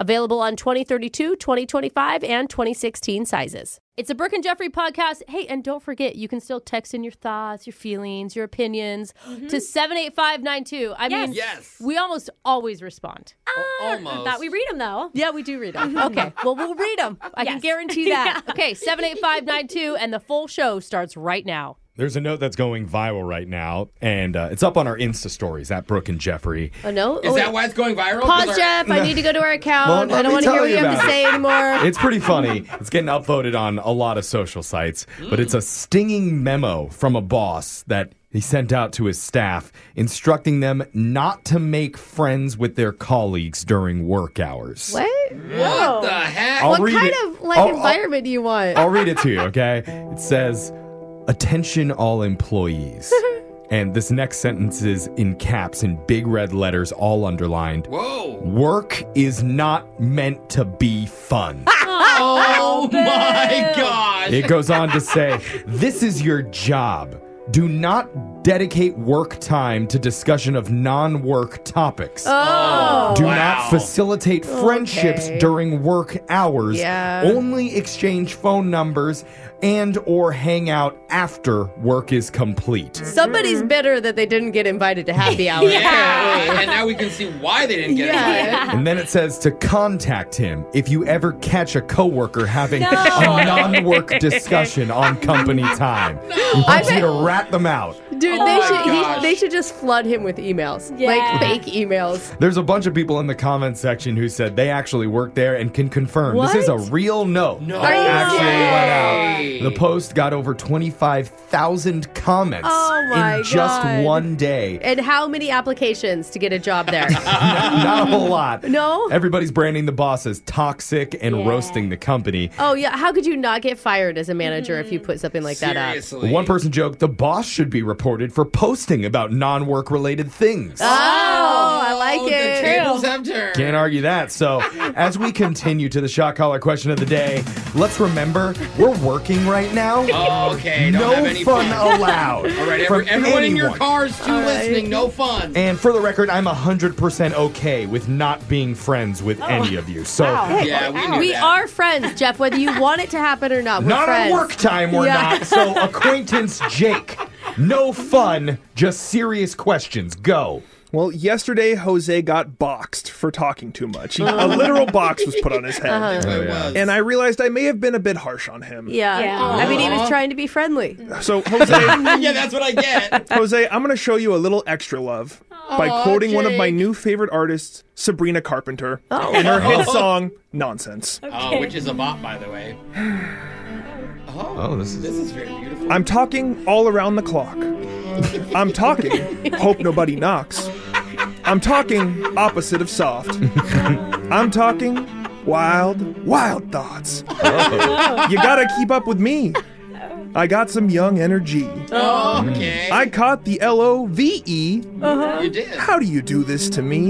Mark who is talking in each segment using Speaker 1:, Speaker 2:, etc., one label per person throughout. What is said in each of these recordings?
Speaker 1: Available on 2032, 2025, and 2016 sizes. It's a Burke and Jeffrey podcast. Hey, and don't forget, you can still text in your thoughts, your feelings, your opinions
Speaker 2: Mm-hmm.
Speaker 1: to 78592. I mean,
Speaker 3: Yes.
Speaker 1: we almost always respond.
Speaker 3: Oh,
Speaker 1: Ah,
Speaker 3: Almost.
Speaker 2: That we read them though. Mm-hmm.
Speaker 1: Yeah, we do read them. okay. Well, we'll read them. I can
Speaker 2: Yes.
Speaker 1: guarantee that. Okay, 78592, and the full show starts right now.
Speaker 4: There's a note that's going viral right now, and uh, it's up on our Insta stories at Brooke and Jeffrey.
Speaker 1: Oh, no?
Speaker 3: Is that why it's going viral? 'Cause
Speaker 2: Pause,
Speaker 3: our-
Speaker 2: Jeff. I need to go to our
Speaker 4: Well,
Speaker 2: account.
Speaker 4: let
Speaker 2: I don't
Speaker 4: me
Speaker 2: want to hear
Speaker 4: tell
Speaker 2: what
Speaker 4: you
Speaker 2: you have to
Speaker 4: about it.
Speaker 2: say anymore.
Speaker 4: It's pretty funny. It's getting upvoted on a lot of social sites, but it's a stinging memo from a boss that he sent out to his staff instructing them not to make friends with their colleagues during work hours.
Speaker 2: What?
Speaker 3: What the heck?
Speaker 4: I'll
Speaker 2: what
Speaker 4: read
Speaker 2: kind
Speaker 4: it.
Speaker 2: of like
Speaker 4: I'll- I'll-
Speaker 2: environment do you want?
Speaker 4: I'll read it to you, okay? It says, Attention all employees. and this next sentence is in caps in big red letters, all underlined.
Speaker 3: Whoa.
Speaker 4: Work is not meant to be fun.
Speaker 3: Oh my gosh.
Speaker 4: it goes on to say, This is your job. Do not dedicate work time to discussion of non work topics.
Speaker 2: oh.
Speaker 4: Do
Speaker 3: Wow.
Speaker 4: not facilitate friendships
Speaker 2: Okay.
Speaker 4: during work hours.
Speaker 2: Yeah.
Speaker 4: Only exchange phone numbers and or hang out after work is complete.
Speaker 2: Somebody's bitter that they didn't get invited to happy hour.
Speaker 3: yeah. and now we can see why they didn't get it.
Speaker 2: Yeah.
Speaker 4: And then it says to contact him if you ever catch a coworker having a non-work discussion on company time. He wants you
Speaker 2: bet-
Speaker 4: to rat them out.
Speaker 2: Dude,
Speaker 3: Oh
Speaker 2: they
Speaker 3: my
Speaker 2: should
Speaker 3: gosh.
Speaker 2: he, they should just flood him with emails.
Speaker 1: Yeah.
Speaker 2: Like fake emails.
Speaker 4: There's a bunch of people in the comment section who said they actually worked there and can confirm this is a real note.
Speaker 3: No
Speaker 4: that actually
Speaker 3: way.
Speaker 4: went out. The post got over 25,000 comments
Speaker 2: Oh my
Speaker 4: in just
Speaker 2: God.
Speaker 4: one day.
Speaker 2: And how many applications to get a job there?
Speaker 4: Not a whole lot.
Speaker 2: No?
Speaker 4: Everybody's branding the boss as toxic and roasting the company.
Speaker 2: oh yeah, how could you not get fired as a manager if you put something like that up?
Speaker 3: Seriously.
Speaker 4: One person joked the boss should be reported for posting about non work related things.
Speaker 2: Oh, I like
Speaker 3: Oh,
Speaker 2: it.
Speaker 3: The tables have turned.
Speaker 4: Can't argue that. So, as we continue to the shot collar question of the day, let's remember we're working right now.
Speaker 3: Oh, Okay. Don't
Speaker 4: no
Speaker 3: have any
Speaker 4: fun allowed.
Speaker 3: All right.
Speaker 4: from
Speaker 3: Every, everyone in your
Speaker 4: anyone.
Speaker 3: cars too listening. No fun.
Speaker 4: And for the record, I'm 100% okay with not being friends with any of you. So,
Speaker 3: yeah, we knew
Speaker 2: Oh. We
Speaker 3: that.
Speaker 2: are friends, Jeff, whether you want it to happen or not. We're
Speaker 4: not
Speaker 2: friends.
Speaker 4: on work time, we're
Speaker 2: Yeah.
Speaker 4: not. So, acquaintance Jake, no fun, just serious questions. Go.
Speaker 5: Well, yesterday Jose got boxed for talking too much. He- a literal box was put on his head.
Speaker 3: It was.
Speaker 5: And I realized I may have been a bit harsh on him.
Speaker 2: Yeah.
Speaker 1: Yeah.
Speaker 2: I mean, he was trying to be friendly.
Speaker 5: So Jose,
Speaker 3: yeah, that's what I get.
Speaker 5: Jose, I'm going to show you a little extra love by quoting one of my
Speaker 2: Jake.
Speaker 5: new favorite artists, Sabrina Carpenter, in her hit song "Nonsense."
Speaker 3: Oh, which is a bot, by the way. Oh,
Speaker 4: Oh, this is.
Speaker 3: this is very beautiful.
Speaker 5: I'm talking all around the clock. I'm talking. Hope nobody knocks. I'm talking opposite of soft. I'm talking wild, wild thoughts. You gotta keep up with me. I got some young energy.
Speaker 3: Oh, okay.
Speaker 5: I caught the L O V E.
Speaker 3: you did.
Speaker 5: How do you do this to me?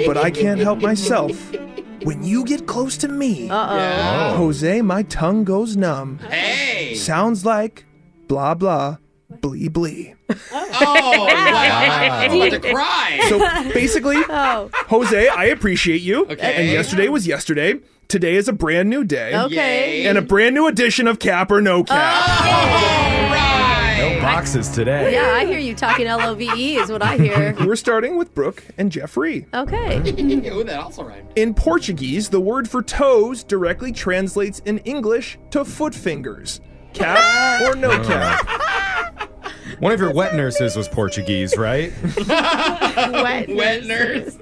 Speaker 5: But I can't help myself. When you get close to me,
Speaker 3: Yeah.
Speaker 5: Jose, my tongue goes numb.
Speaker 3: Hey.
Speaker 5: Sounds like blah blah blee blee.
Speaker 3: Oh, wow. I'm about to cry.
Speaker 5: So basically,
Speaker 1: Oh.
Speaker 5: Jose, I appreciate you.
Speaker 3: Okay.
Speaker 5: And yesterday was yesterday. Today is a brand new day.
Speaker 3: Yay.
Speaker 5: And a brand new edition of Cap or
Speaker 3: Oh,
Speaker 5: No Cap.
Speaker 4: No boxes today.
Speaker 1: Yeah, I hear you talking L O V E is what I hear.
Speaker 5: We're starting with Brooke and Jeffrey.
Speaker 1: Okay.
Speaker 3: Ooh, that also rhymed.
Speaker 5: In Portuguese, the word for toes directly translates in English to foot fingers. Cap or no cap?
Speaker 4: One of your wet nurses was Portuguese, right?
Speaker 1: Wet.
Speaker 3: Oh, Wet nurse.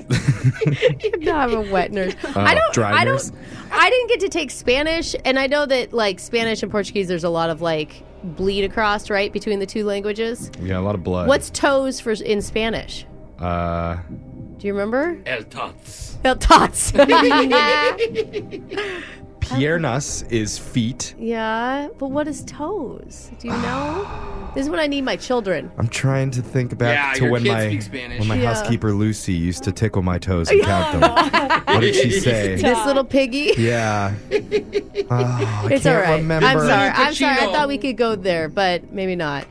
Speaker 1: No, I'm a wet nurse.
Speaker 4: Uh,
Speaker 1: I don't.
Speaker 4: dry
Speaker 1: I don't.
Speaker 4: nurse?
Speaker 1: I didn't get to take Spanish, and I know that like Spanish and Portuguese, there's a lot of like bleed across right between the two languages.
Speaker 4: yeah, a lot of blood.
Speaker 1: What's toes for in Spanish?
Speaker 4: uh
Speaker 1: Do you remember?
Speaker 3: El tots.
Speaker 1: Well, tots.
Speaker 4: piernas is feet.
Speaker 1: yeah, but what is toes? Do you know? this is when I need my children.
Speaker 4: I'm trying to think back
Speaker 3: Yeah,
Speaker 4: to
Speaker 3: your
Speaker 4: when
Speaker 3: kids
Speaker 4: my
Speaker 3: speak Spanish.
Speaker 4: when my
Speaker 1: Yeah.
Speaker 4: housekeeper Lucy used to tickle my toes and count them. what did she say?
Speaker 1: This little piggy.
Speaker 4: Yeah. Oh, I
Speaker 1: It's
Speaker 4: can't
Speaker 1: all right.
Speaker 4: remember.
Speaker 1: I'm sorry. I'm sorry. I
Speaker 3: Cappuccino.
Speaker 1: thought we could go there, but maybe not.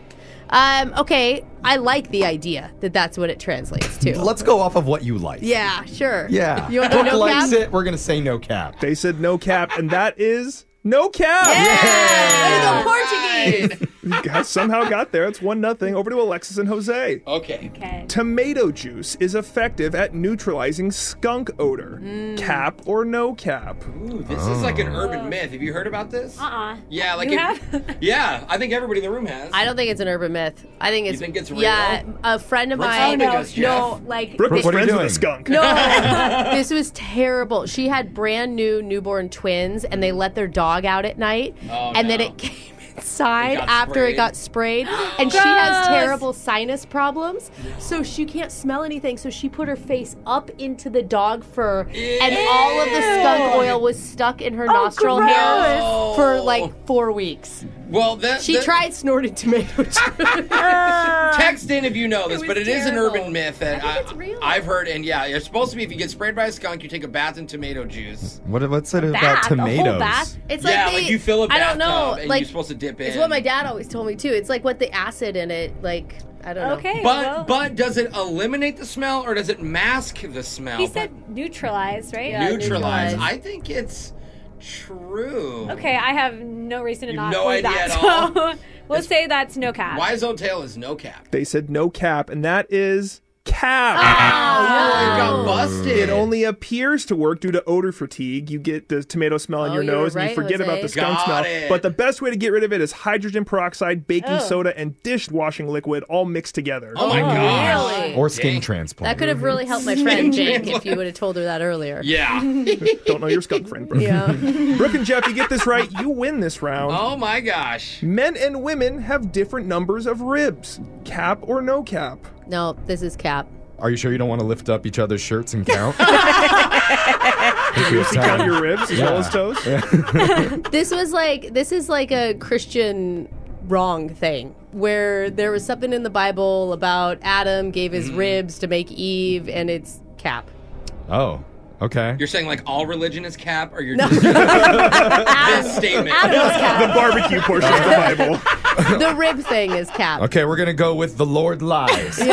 Speaker 1: Um, okay, I like the idea that that's what it translates to.
Speaker 4: Let's go off of what you like.
Speaker 1: yeah, sure.
Speaker 4: Yeah.
Speaker 1: You want to
Speaker 4: Brooke
Speaker 1: no
Speaker 4: likes
Speaker 1: cap?
Speaker 4: it. We're gonna say no cap.
Speaker 5: They said no cap, and that is no cap.
Speaker 1: Yeah.
Speaker 3: Portuguese.
Speaker 5: You guys somehow got there. It's one nothing. Over to Alexis and Jose.
Speaker 3: Okay.
Speaker 5: Tomato juice is effective at neutralizing skunk odor.
Speaker 1: Mm.
Speaker 5: Cap or no cap?
Speaker 3: Ooh, this is like an urban myth. Have you heard about this?
Speaker 2: Uh-uh.
Speaker 3: Yeah, like
Speaker 2: You
Speaker 3: it-
Speaker 2: have?
Speaker 3: yeah. I think everybody in the room has.
Speaker 1: I don't think it's an urban myth. I think it's
Speaker 3: think it's
Speaker 1: yeah.
Speaker 3: real?
Speaker 1: A friend of
Speaker 3: Brooke's
Speaker 1: mine.
Speaker 3: helping us,
Speaker 1: no,
Speaker 3: Jeff.
Speaker 1: like
Speaker 5: Brooke was
Speaker 4: What are you
Speaker 5: friends with a
Speaker 4: doing?
Speaker 5: skunk.
Speaker 1: No, this was terrible. She had brand new newborn twins, and they let their dog out at night, and then
Speaker 3: Oh, no.
Speaker 1: it came inside
Speaker 3: It got
Speaker 1: after it
Speaker 3: sprayed.
Speaker 1: got sprayed, and she has terrible sinus problems, so she can't smell anything. So she put her face up into the dog fur, and all of the skunk oil was stuck in her nostril hair
Speaker 3: gross.
Speaker 1: for like four weeks.
Speaker 3: Well, that,
Speaker 1: She
Speaker 3: that-
Speaker 1: tried snorted tomato juice.
Speaker 3: Text in if you know this, but it is an urban myth that I
Speaker 2: it's real.
Speaker 3: have heard. And yeah, it's supposed to be if you get sprayed by a skunk, you take a bath in tomato juice.
Speaker 4: What, what's it about
Speaker 2: bath, a whole
Speaker 4: tomatoes?
Speaker 2: bath.
Speaker 1: It's
Speaker 3: yeah,
Speaker 1: they-
Speaker 3: like you fill a
Speaker 1: I
Speaker 3: bathtub
Speaker 1: don't know.
Speaker 3: and
Speaker 1: like
Speaker 3: you're supposed to dip in.
Speaker 1: It's what my dad always told me too. It's like what the acid in it, like I don't know.
Speaker 2: Okay.
Speaker 3: But
Speaker 2: well,
Speaker 3: but does it eliminate the smell or does it mask the smell?
Speaker 2: he said neutralize, right? Uh,
Speaker 3: But neutralize.
Speaker 1: neutralize.
Speaker 3: I think it's true.
Speaker 2: Okay, I have no reason to
Speaker 3: You've
Speaker 2: not
Speaker 3: no
Speaker 2: believe
Speaker 3: idea
Speaker 2: that.
Speaker 3: at all.
Speaker 2: So we'll say that's no cap.
Speaker 3: Wise old tail is no cap.
Speaker 5: They said no cap, and that is cap.
Speaker 2: Oh,
Speaker 3: I Oh,
Speaker 1: Oh.
Speaker 3: got busted.
Speaker 5: It only appears to work due to odor fatigue. You get the tomato smell in
Speaker 1: Oh,
Speaker 5: your
Speaker 1: you were
Speaker 5: nose and you
Speaker 1: right,
Speaker 5: forget
Speaker 1: Jose.
Speaker 5: about the skunk
Speaker 3: Got
Speaker 5: smell.
Speaker 3: it.
Speaker 5: But the best way to get rid of it is hydrogen peroxide,
Speaker 1: Oh.
Speaker 5: baking soda, and dishwashing liquid all mixed together.
Speaker 3: Oh my gosh.
Speaker 1: Really?
Speaker 4: Or skin transplant.
Speaker 1: that could have really helped my friend Jake if you would have told her that earlier.
Speaker 3: Yeah.
Speaker 5: Don't know your skunk friend, Brooke. Brooke and Jeff, you get this right, you win this round.
Speaker 3: oh my gosh.
Speaker 5: Men and women have different numbers of ribs. Cap or no cap?
Speaker 1: No, this is Cap.
Speaker 4: Are you sure you don't want to lift up each other's shirts and count?
Speaker 5: You count your ribs as well as toes?
Speaker 1: This was like this is like a Christian wrong thing where there was something in the Bible about Adam gave his
Speaker 3: Mm-hmm.
Speaker 1: ribs to make Eve, and it's Cap.
Speaker 4: oh, okay.
Speaker 3: You're saying like all religion is cap or you're just this statement.
Speaker 5: the barbecue portion of the Bible.
Speaker 1: the rib thing is Cap.
Speaker 4: Okay, we're gonna go with the Lord lies.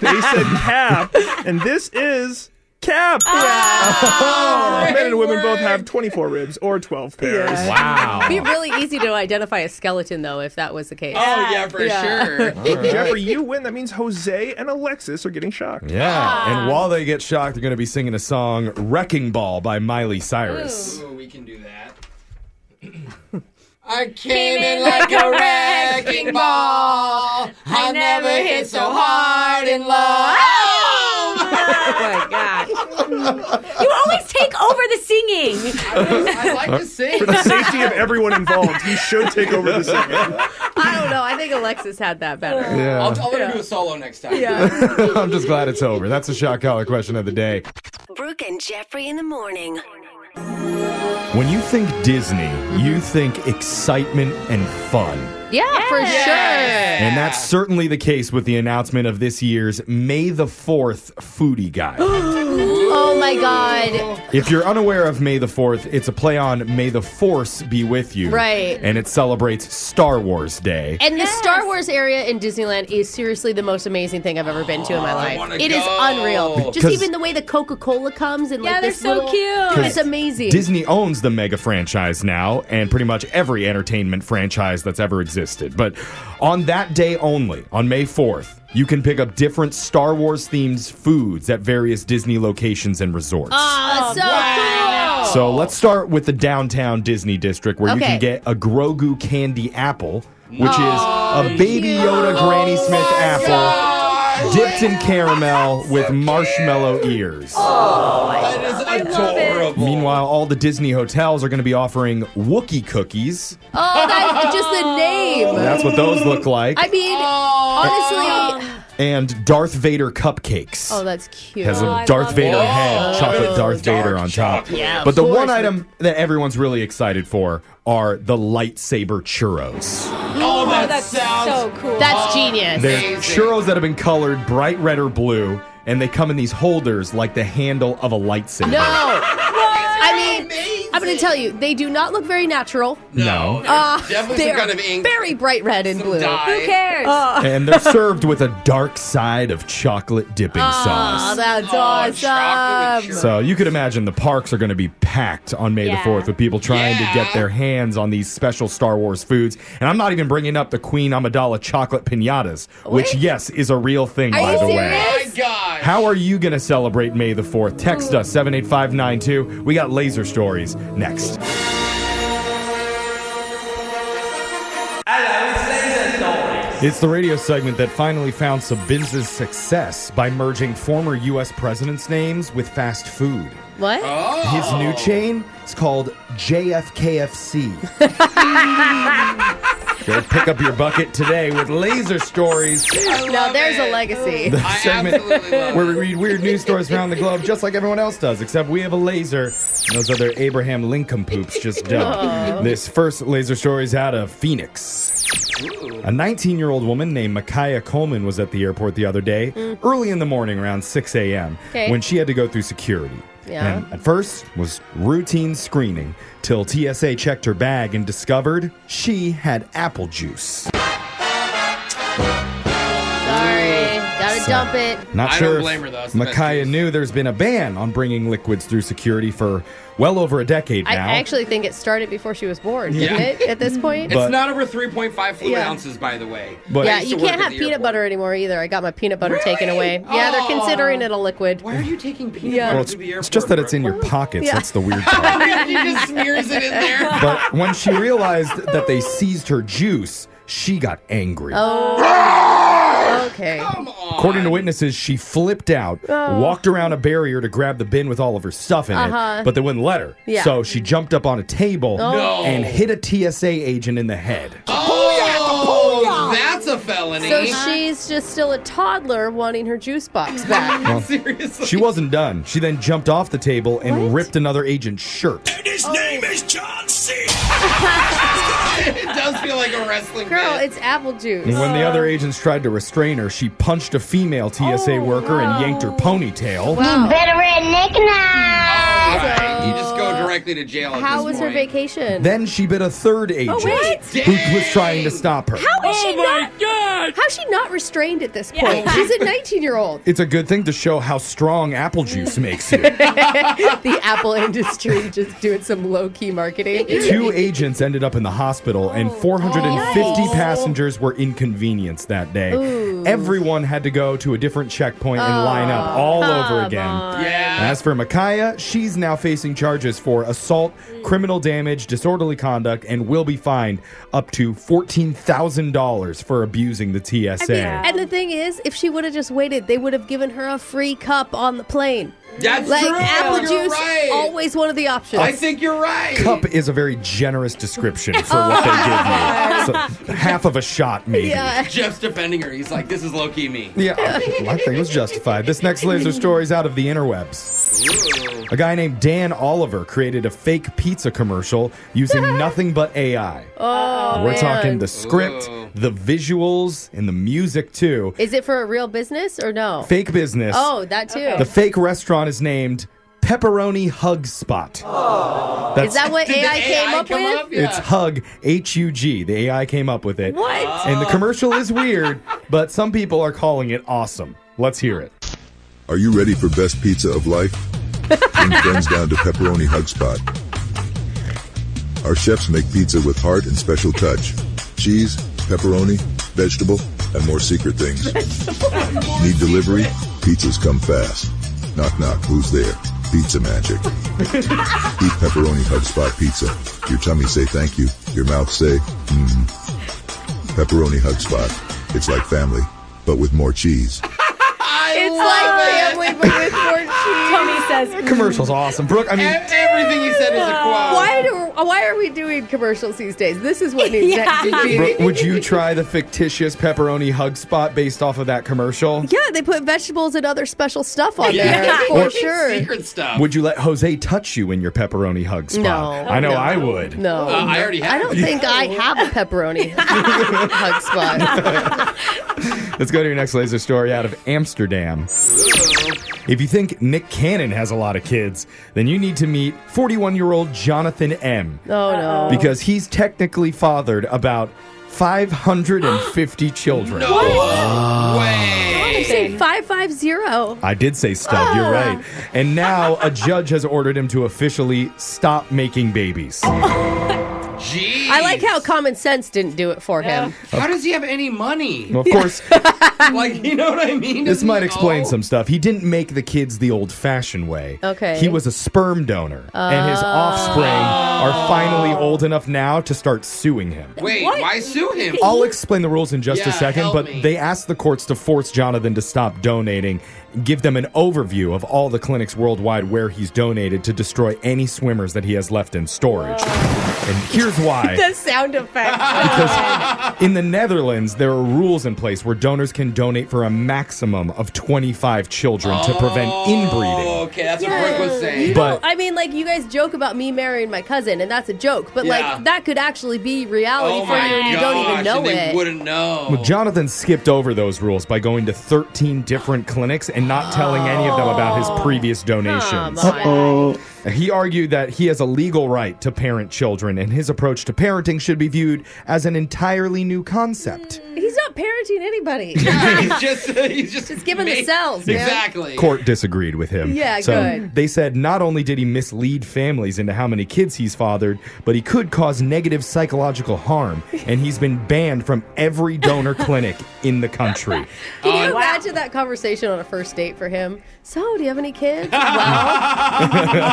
Speaker 5: They said cap, and this is cap.
Speaker 1: Ah.
Speaker 5: Oh, Men and women both have 24 ribs or 12 pairs.
Speaker 4: Wow.
Speaker 1: It'd be really easy to identify a skeleton though if that was the case.
Speaker 3: Oh yeah, for sure.
Speaker 5: Jeffrey, you win. That means Jose and Alexis are getting shocked.
Speaker 4: Yeah,
Speaker 1: Ah.
Speaker 3: Ah.
Speaker 4: and while they get shocked, they're going to be singing a song, Wrecking Ball by Miley Cyrus.
Speaker 3: Ooh, we can do that. I came in like a wrecking ball. I never hit so hard in love.
Speaker 6: my gosh. You always take over the singing.
Speaker 3: I like to sing.
Speaker 5: For the safety of everyone involved, he should take over the segment.
Speaker 2: I don't know. I think Alexis had that better.
Speaker 4: Yeah.
Speaker 3: I'll, I'll let her do a solo next time.
Speaker 4: I'm just glad it's over. That's the shock collar question of the day.
Speaker 7: Brooke and Jeffrey in the morning.
Speaker 4: When you think Disney, you think excitement and fun.
Speaker 2: Yeah, for
Speaker 3: Yeah.
Speaker 4: And that's certainly the case with the announcement of this year's May the 4th Foodie Guide.
Speaker 2: Oh my God.
Speaker 4: if you're unaware of May the 4th, it's a play on May the Force Be With You.
Speaker 2: Right.
Speaker 4: And it celebrates Star Wars Day.
Speaker 2: And the Star Wars area in Disneyland is seriously the most amazing thing I've ever been to in my life.
Speaker 3: Oh, wanna
Speaker 2: It is
Speaker 3: go.
Speaker 2: unreal. Just
Speaker 4: Because-
Speaker 2: even the way the Coca Cola comes and
Speaker 8: Yeah,
Speaker 2: like
Speaker 8: they're
Speaker 2: this
Speaker 8: so
Speaker 2: little-
Speaker 8: cute.
Speaker 2: It's amazing.
Speaker 4: Disney owns the mega franchise now and pretty much every entertainment franchise that's ever existed. But on that day only, on May 4th, you can pick up different Star Wars themed foods at various Disney locations and resorts.
Speaker 3: Oh,
Speaker 2: Ah, so cool.
Speaker 4: So let's start with the downtown Disney district where you
Speaker 2: Okay.
Speaker 4: can get a Grogu candy apple, which is a baby Yoda Granny Smith apple dipped in caramel with marshmallow ears.
Speaker 3: That is adorable.
Speaker 4: Meanwhile, all the Disney hotels are going to be offering Wookie cookies.
Speaker 2: Oh, that's just the name.
Speaker 4: That's what those look like.
Speaker 2: I mean,
Speaker 3: Oh.
Speaker 2: honestly.
Speaker 4: and Darth Vader cupcakes.
Speaker 2: Oh, that's cute.
Speaker 4: has a
Speaker 8: I
Speaker 4: Darth
Speaker 8: love
Speaker 4: Vader
Speaker 8: it.
Speaker 2: Oh,
Speaker 4: head, chocolate
Speaker 3: Whoa.
Speaker 4: Darth
Speaker 3: Dark
Speaker 4: Vader on top.
Speaker 3: chocolate. Yeah,
Speaker 4: but the one item that everyone's really excited for are the lightsaber churros.
Speaker 3: Oh, that
Speaker 8: That's
Speaker 3: sounds
Speaker 8: so cool.
Speaker 2: That's genius.
Speaker 4: They're
Speaker 3: Amazing.
Speaker 4: churros that have been colored bright red or blue, and they come in these holders like the handle of a lightsaber.
Speaker 2: no. I mean, I'm going to tell you, they do not look very natural.
Speaker 4: No.
Speaker 3: there's definitely
Speaker 2: They're
Speaker 3: some kind of ink.
Speaker 2: very bright red and
Speaker 3: some
Speaker 2: blue. Oh.
Speaker 3: dye.
Speaker 8: Who cares?
Speaker 4: and they're served with a dark side of chocolate dipping
Speaker 2: Oh,
Speaker 4: sauce.
Speaker 2: that's
Speaker 3: Oh, chocolate
Speaker 2: awesome.
Speaker 3: churro.
Speaker 4: So you could imagine the parks are going to be packed on May
Speaker 8: Yeah.
Speaker 4: the 4th with people trying
Speaker 3: Yeah.
Speaker 4: to get their hands on these special Star Wars foods. And I'm not even bringing up the Queen Amidala chocolate pinatas, which, yes, is a real thing, by
Speaker 2: you
Speaker 4: the way.
Speaker 2: serious?
Speaker 3: My God.
Speaker 4: How are you going to celebrate May the 4th? Text us 78592. We got laser stories next. It's the radio segment that finally found Sabinza's success by merging former U.S. presidents' names with fast food.
Speaker 2: What?
Speaker 4: His
Speaker 3: Oh.
Speaker 2: Oh.
Speaker 4: new chain is called JFKFC. Go pick up your bucket today with laser stories.
Speaker 2: no, there's a legacy.
Speaker 4: The
Speaker 3: I
Speaker 4: segment
Speaker 3: absolutely love
Speaker 4: where we read weird news stories around the globe, just like everyone else does, except we have a laser. And those other Abraham Lincoln poops just dubbed. this first laser story is out of Phoenix. A 19 year old woman named Micaiah Coleman was at the airport the other day, early in the morning around 6 a.m.,
Speaker 2: Mm. Okay.
Speaker 4: when she had to go through security.
Speaker 2: Yeah.
Speaker 4: And at first was routine screening till TSA checked her bag and discovered she had apple juice.
Speaker 2: Sorry. Gotta dump it.
Speaker 3: I
Speaker 4: Not
Speaker 3: don't
Speaker 4: sure. if
Speaker 3: blame her, though. It's the best
Speaker 4: Micaiah
Speaker 3: juice.
Speaker 4: knew there's been a ban on bringing liquids through security for well over a decade
Speaker 2: I
Speaker 4: now.
Speaker 2: actually think it started before she was born, didn't
Speaker 3: Yeah.
Speaker 2: it? At this point?
Speaker 4: But-
Speaker 3: It's not over 3.5 fluid
Speaker 2: Yeah.
Speaker 3: ounces, by the way.
Speaker 4: But-
Speaker 2: yeah,
Speaker 3: I used
Speaker 2: you
Speaker 3: to work
Speaker 2: can't
Speaker 3: at
Speaker 2: have
Speaker 3: the
Speaker 2: peanut
Speaker 3: airport.
Speaker 2: butter anymore either. I got my peanut butter taken away. Yeah, they're
Speaker 3: Aw.
Speaker 2: considering it a liquid.
Speaker 3: Why are you taking peanut
Speaker 2: Yeah.
Speaker 3: butter
Speaker 4: well,
Speaker 3: to
Speaker 4: it's,
Speaker 3: the airport?
Speaker 4: it's just that it's in your pockets. That's the weird part.
Speaker 3: your. he just smears it in there.
Speaker 4: but when she realized that they seized her juice, she got angry.
Speaker 2: Oh. Okay.
Speaker 3: Come on.
Speaker 4: According to witnesses, she flipped out,
Speaker 2: Oh.
Speaker 4: walked around a barrier to grab the bin with all of her stuff in
Speaker 2: Uh-huh.
Speaker 4: it, but they wouldn't let her.
Speaker 2: Yeah.
Speaker 4: So she jumped up on a table
Speaker 3: No.
Speaker 4: and hit a TSA agent in the head.
Speaker 3: Oh, that's a felony.
Speaker 2: So she's just still a toddler wanting her juice box back.
Speaker 3: Seriously.
Speaker 4: She wasn't done. She then jumped off the table and ripped another agent's shirt.
Speaker 3: it does feel like a wrestling
Speaker 2: Girl,
Speaker 3: bit.
Speaker 2: it's apple juice.
Speaker 4: And when the other agents tried to restrain her, she punched a female TSA worker and yanked her ponytail.
Speaker 3: All right, You just go directly to jail. at
Speaker 2: How
Speaker 3: this
Speaker 2: was her
Speaker 3: point.
Speaker 2: vacation?
Speaker 4: Then she bit a third agent who was trying to stop her.
Speaker 2: How
Speaker 3: Oh
Speaker 2: is she not? How's she not restrained at this point? She's a 19 year old.
Speaker 4: It's a good thing to show how strong apple juice makes you.
Speaker 2: the Apple industry just doing some low key marketing.
Speaker 4: Two agents ended up in the hospital, and 450 passengers were inconvenienced that day. Everyone had to go to a different checkpoint and line up all over again.
Speaker 3: Yeah.
Speaker 4: As for Micaiah, she's now facing charges for assault, criminal damage, disorderly conduct, and will be fined up to $14,000 for abusing the TSA.
Speaker 1: And the thing is, if she would have just waited, they would have given her a free cup on the plane.
Speaker 3: That's
Speaker 1: like
Speaker 3: true.
Speaker 1: apple
Speaker 3: You're
Speaker 1: juice,
Speaker 3: right.
Speaker 1: always one of the options.
Speaker 3: I think you're right.
Speaker 4: Cup is a very generous description for what they give you. So, half of a shot, maybe.
Speaker 1: yeah.
Speaker 3: Jeff's defending her. He's like, this is low key me.
Speaker 4: Yeah, I think it was justified. This next laser story is out of the interwebs. A guy named Dan Oliver created a fake pizza commercial using nothing but AI.
Speaker 1: Oh,
Speaker 4: We're
Speaker 1: man.
Speaker 4: talking the script,
Speaker 3: Ooh.
Speaker 4: the visuals, and the music too.
Speaker 1: Is it for a real business or no?
Speaker 4: Fake business.
Speaker 1: Oh, that too.
Speaker 4: The fake restaurant is named Pepperoni Hug Spot.
Speaker 1: Oh,
Speaker 4: That's,
Speaker 1: Is that what
Speaker 3: Did the
Speaker 1: AI came
Speaker 3: AI
Speaker 1: up
Speaker 3: come
Speaker 1: with?
Speaker 3: up? Yeah.
Speaker 4: It's Hug H U G. The AI came up with it.
Speaker 1: What?
Speaker 4: And the commercial is weird, but some people are calling it awesome. Let's hear it.
Speaker 9: Are you ready for best pizza of life? Bring friends down to Pepperoni Hug Spot. Our chefs make pizza with heart and special touch. Cheese, pepperoni, vegetable, and more secret things. Need delivery? Pizzas come fast. Knock knock, who's there? Pizza magic. Eat Pepperoni Hug Spot pizza. Your tummy say thank you. Your mouth say, mmm. Pepperoni Hug Spot. It's like family, but with more cheese.
Speaker 1: it's like family, but with more cheese.
Speaker 8: Tommy says,
Speaker 4: Commercial's awesome. Brooke, I
Speaker 3: E-
Speaker 4: mean,
Speaker 3: Everything he said is a quote.
Speaker 1: Why do why are we doing commercials these days? This is what needs to be.
Speaker 4: Brooke, would you try the fictitious pepperoni hug spot based off of that commercial?
Speaker 1: Yeah, they put vegetables and other special stuff on there
Speaker 3: Yeah.
Speaker 1: for sure.
Speaker 3: Secret stuff.
Speaker 4: Would you let Jose touch you in your pepperoni hug spot?
Speaker 1: No. Oh,
Speaker 4: I know
Speaker 1: No.
Speaker 4: I would.
Speaker 1: No,
Speaker 3: Uh, I already have.
Speaker 1: I don't think I have a pepperoni hug spot.
Speaker 4: Let's go to your next laser story out of Amsterdam. If you think Nick Cannon has a lot of kids, then you need to meet 41 year old Jonathan M.
Speaker 1: Oh no.
Speaker 4: because he's technically fathered about 550 children.
Speaker 3: Way.
Speaker 1: You say five five zero.
Speaker 4: I did say stub,
Speaker 3: Ah.
Speaker 4: you're right. And now a judge has ordered him to officially stop making babies.
Speaker 3: Oh, Jeez.
Speaker 1: I like how common sense didn't do it for him.
Speaker 3: How does he have any money?
Speaker 4: Well, of course,
Speaker 3: like, you know what I mean?
Speaker 4: this
Speaker 3: Doesn't
Speaker 4: might
Speaker 3: he
Speaker 4: explain
Speaker 3: know?
Speaker 4: some stuff. He didn't make the kids the old fashioned way.
Speaker 1: Okay. Uh,
Speaker 4: He was a sperm donor, and his offspring
Speaker 3: Ah.
Speaker 4: are finally old enough now to start suing him.
Speaker 3: Wait, why sue him?
Speaker 4: I'll explain the rules in just
Speaker 3: Yeah,
Speaker 4: a second,
Speaker 3: help
Speaker 4: but
Speaker 3: me.
Speaker 4: they asked the courts to force Jonathan to stop donating, give them an overview of all the clinics worldwide where he's donated to destroy any swimmers that he has left in storage. And here's why.
Speaker 1: The sound effect.
Speaker 4: Because in the Netherlands, there are rules in place where donors can donate for a maximum of 25 children to prevent
Speaker 3: Oh,
Speaker 4: inbreeding.
Speaker 3: okay, that's what Brooke was saying.
Speaker 4: But
Speaker 1: I mean, like you guys joke about me marrying my cousin, and that's a joke. But
Speaker 3: Yeah.
Speaker 1: like that could actually be reality
Speaker 3: oh
Speaker 1: for you,
Speaker 3: my
Speaker 1: and
Speaker 3: gosh,
Speaker 1: you don't even know
Speaker 3: and they
Speaker 1: it.
Speaker 3: wouldn't know.
Speaker 4: Jonathan skipped over those rules by going to 13 different clinics and not telling any of them about his previous
Speaker 3: Oh,
Speaker 4: donations. He argued that he has a legal right to parent children, and his approach to parenting should be viewed as an entirely new concept.
Speaker 1: He's not parenting anybody.
Speaker 3: he's just uh, he's just,
Speaker 1: Just give him the cells, man.
Speaker 3: Exactly.
Speaker 4: Court disagreed with him.
Speaker 1: Yeah,
Speaker 4: so
Speaker 1: good.
Speaker 4: They said not only did he mislead families into how many kids he's fathered, but he could cause negative psychological harm, and he's been banned from every donor clinic in the country.
Speaker 1: Can you imagine that conversation on a first date for him? So, do you have any kids? well,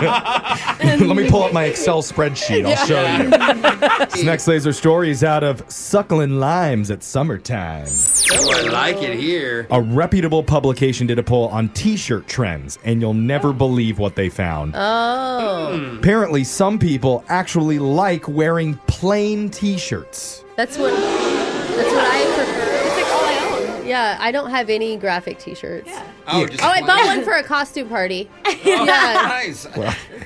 Speaker 4: Let me pull up my Excel spreadsheet. I'll show you. this next laser story is out of Suckling Limes at Summertime.
Speaker 3: Oh, I like it here.
Speaker 4: A reputable publication did a poll on t shirt trends, and you'll never believe what they found. Oh.
Speaker 3: Hmm.
Speaker 4: Apparently, some people actually like wearing plain t shirts.
Speaker 1: that's what that's what I prefer. It's like all I own. Yeah, I don't have any graphic T-shirts.
Speaker 3: Oh, just
Speaker 1: Oh, I bought
Speaker 3: plain.
Speaker 1: one for a costume party.
Speaker 3: Oh,
Speaker 1: yeah.
Speaker 3: nice.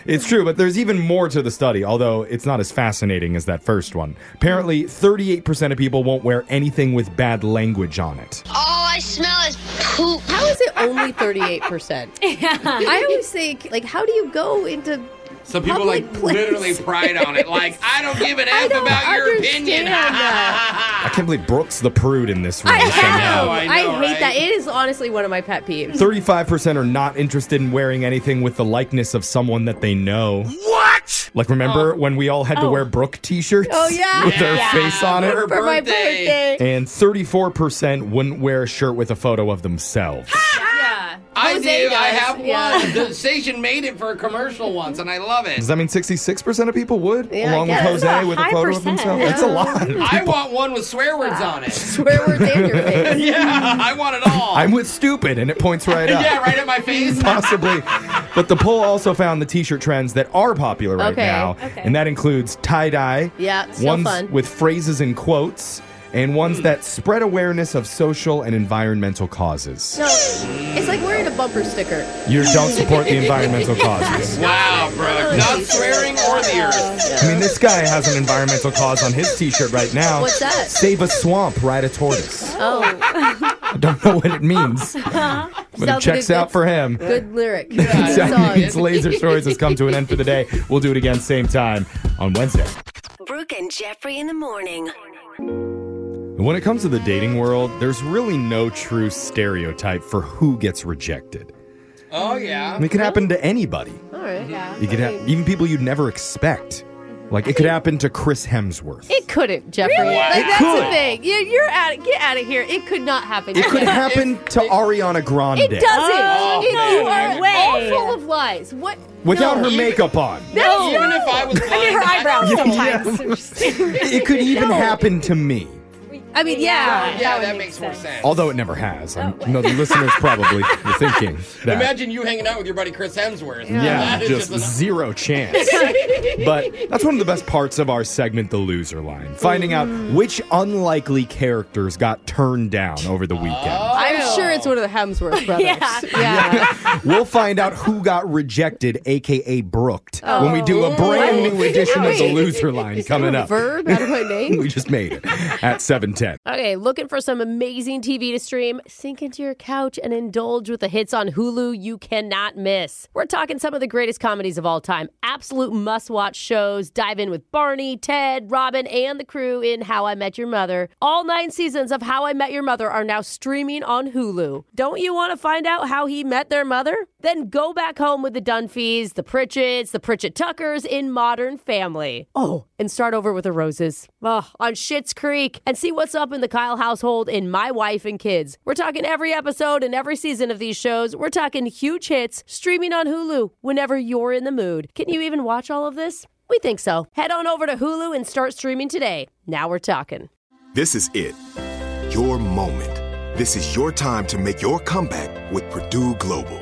Speaker 4: It's true, but there's even more to the study, although it's not as fascinating as that first one. Apparently, 38% of people won't wear anything with bad language on it.
Speaker 7: All I smell is poop.
Speaker 1: How is it only 38%? I always think, like, how do you go into.
Speaker 3: Some people
Speaker 1: Public
Speaker 3: like
Speaker 1: places.
Speaker 3: literally pride on it. Like I don't give an F
Speaker 1: don't
Speaker 3: about your opinion.
Speaker 1: understand that.
Speaker 4: I can't believe Brooks the prude in this room.
Speaker 1: I have!
Speaker 3: know,
Speaker 1: I,
Speaker 3: I know,
Speaker 1: hate
Speaker 3: right?
Speaker 1: that. It is honestly one of my pet peeves.
Speaker 4: 35% are not interested in wearing anything with the likeness of someone that they know. What? Like, remember when we all had to wear Brooke t shirts?
Speaker 1: Oh, yeah.
Speaker 4: With her
Speaker 3: Yeah.
Speaker 4: face on it?
Speaker 3: For
Speaker 1: For my
Speaker 3: birthday.
Speaker 1: birthday.
Speaker 4: And 34% wouldn't wear a shirt with a photo of themselves.
Speaker 6: Yeah.
Speaker 3: I I do.
Speaker 1: Zaydas.
Speaker 3: I have one.
Speaker 1: Yeah.
Speaker 3: The station made it for a commercial once, and I love it.
Speaker 4: Does that mean 66% of people would,
Speaker 1: Yeah, I
Speaker 4: along with
Speaker 1: guess.
Speaker 4: Jose,
Speaker 6: That's a
Speaker 4: with a
Speaker 6: high
Speaker 4: photo of
Speaker 6: percent.
Speaker 4: himself? That's a lot. of
Speaker 3: I
Speaker 4: people.
Speaker 3: want one with swear words on it.
Speaker 1: Swear words in your face.
Speaker 3: Yeah, I want it all.
Speaker 4: I'm with stupid, and it points right up.
Speaker 3: yeah, right at my face.
Speaker 4: Possibly. But the poll also found the t-shirt trends that are popular right
Speaker 1: Okay.
Speaker 4: now,
Speaker 8: Okay.
Speaker 4: and that includes tie-dye,
Speaker 1: Yeah, still
Speaker 4: ones
Speaker 1: fun.
Speaker 4: with phrases and quotes, and ones that spread awareness of social and environmental causes.
Speaker 1: No, it's like wearing a bumper sticker.
Speaker 4: You don't support the environmental causes.
Speaker 3: Wow,
Speaker 1: Oh,
Speaker 3: Brooke. Not swearing or the earth.
Speaker 4: I mean, this guy has an environmental cause on his t-shirt right now.
Speaker 1: What's that?
Speaker 4: Save a swamp, ride a tortoise.
Speaker 1: Oh,
Speaker 4: I don't know what it means, but it
Speaker 1: like
Speaker 4: checks
Speaker 1: a good-
Speaker 4: out for him.
Speaker 1: good lyric. Good
Speaker 4: Exactly. It's
Speaker 1: song.
Speaker 4: Laser Shores has come to an end for the day. We'll do it again same time on Wednesday.
Speaker 6: Brooke and Jeffrey in the morning.
Speaker 4: When it comes to the dating world, there's really no true stereotype for who gets rejected.
Speaker 3: Oh, yeah. Mm-hmm.
Speaker 4: I mean, it could happen to anybody.
Speaker 1: All right.
Speaker 4: It could happen even people you'd never expect. Like it could happen to Chris Hemsworth.
Speaker 1: It couldn't, Jeffrey.
Speaker 3: Really?
Speaker 1: Like,
Speaker 3: It
Speaker 1: that's
Speaker 4: could.
Speaker 1: the thing. You, you're out. Get out of here. It could not happen.
Speaker 4: It could
Speaker 1: It
Speaker 4: happen to Ariana Grande
Speaker 1: doesn't.
Speaker 3: Oh,
Speaker 1: It-
Speaker 3: man.
Speaker 1: you are
Speaker 6: Way.
Speaker 1: all full of lies. What?
Speaker 4: without
Speaker 1: No.
Speaker 4: her makeup on.
Speaker 1: No.
Speaker 3: Even if I was blind, I mean,
Speaker 6: Her eyebrows sometimes.
Speaker 4: It could even happen to me.
Speaker 1: I mean, yeah.
Speaker 3: Yeah, that makes more sense.
Speaker 4: Although it never has. I'm, no, the listeners probably were thinking that.
Speaker 3: Imagine you hanging out with your buddy Chris Hemsworth.
Speaker 4: Yeah,
Speaker 3: That is
Speaker 4: just
Speaker 3: an-
Speaker 4: zero chance. but that's one of the best parts of our segment, The Loser Line, finding out which unlikely characters got turned down over the
Speaker 3: Oh.
Speaker 1: Uh.
Speaker 4: weekend.
Speaker 1: I'm sure it's one of the Hemsworth brothers. yeah. yeah.
Speaker 4: We'll find out who got rejected, aka Brooked, when we do a brand new edition of The Loser Line coming up.
Speaker 1: Verb out of my name.
Speaker 4: We just made it at 710.
Speaker 1: Okay, looking for some amazing TV to stream? Sink into your couch and indulge with the hits on Hulu you cannot miss. We're talking some of the greatest comedies of all time, absolute must watch shows. Dive in with Barney, Ted, Robin, and the crew in How I Met Your Mother. All nine seasons of How I Met Your Mother are now streaming on Hulu. Don't you want to find out how he met their mother? Then go back home with the Dunphys, the Pritchett's, the Pritchett Tuckers in Modern Family. Oh, and start over with the Roses. Ugh, on Schitt's Creek and see what's up in the Kyle household in My Wife and Kids. We're talking every episode and every season of these shows. We're talking huge hits streaming on Hulu whenever you're in the mood. Can you even watch all of this? We think so. Head on over to Hulu and start streaming today. Now we're talking.
Speaker 9: This is it. Your moment. This is your time to make your comeback with Purdue Global.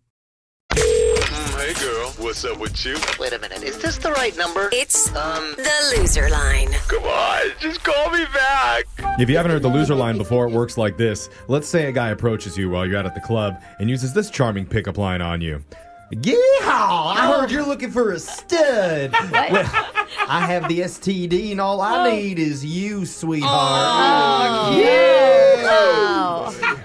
Speaker 10: Hey girl, what's up with you?
Speaker 7: Wait a minute, is this the right number?
Speaker 6: It's the loser line.
Speaker 10: Um, Come on, just call me back.
Speaker 4: If you haven't heard the loser line before, it works like this. Let's say a guy approaches you while you're out at the club and uses this charming pickup line on you. Yeehaw! I heard you're
Speaker 11: looking for a stud. Well, I have the STD, and all I need is you,
Speaker 3: Oh,
Speaker 2: Oh.
Speaker 11: sweetheart.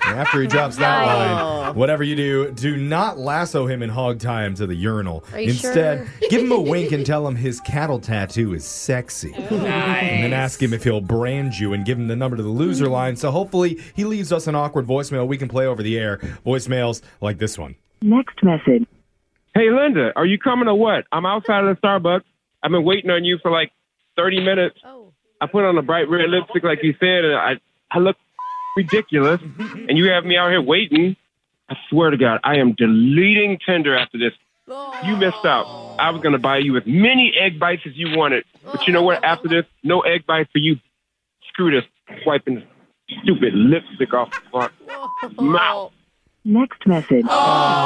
Speaker 4: And after he drops that
Speaker 11: No.
Speaker 4: line, whatever you do, do not lasso him in hog time to the urinal.
Speaker 11: Are you
Speaker 4: Instead,
Speaker 11: sure?
Speaker 4: give him a wink and tell him his cattle tattoo is sexy. And then ask him if he'll brand you and give him the number to the loser line. So hopefully he leaves us an awkward voicemail we can play over the air. Voicemails like this one.
Speaker 12: Next message. Hey, Linda, are you coming or what? I'm outside of the Starbucks. I've been waiting on you for like 30 minutes. I put on a bright red lipstick, like you said, and I, I look ridiculous. and you have me out here waiting. I swear to God, I am deleting Tinder after this. You missed out. I was going to buy you as many egg bites as you wanted. But you know what? After this, no egg bites for you. Screw this wiping stupid lipstick off the front mouth.
Speaker 13: Next message.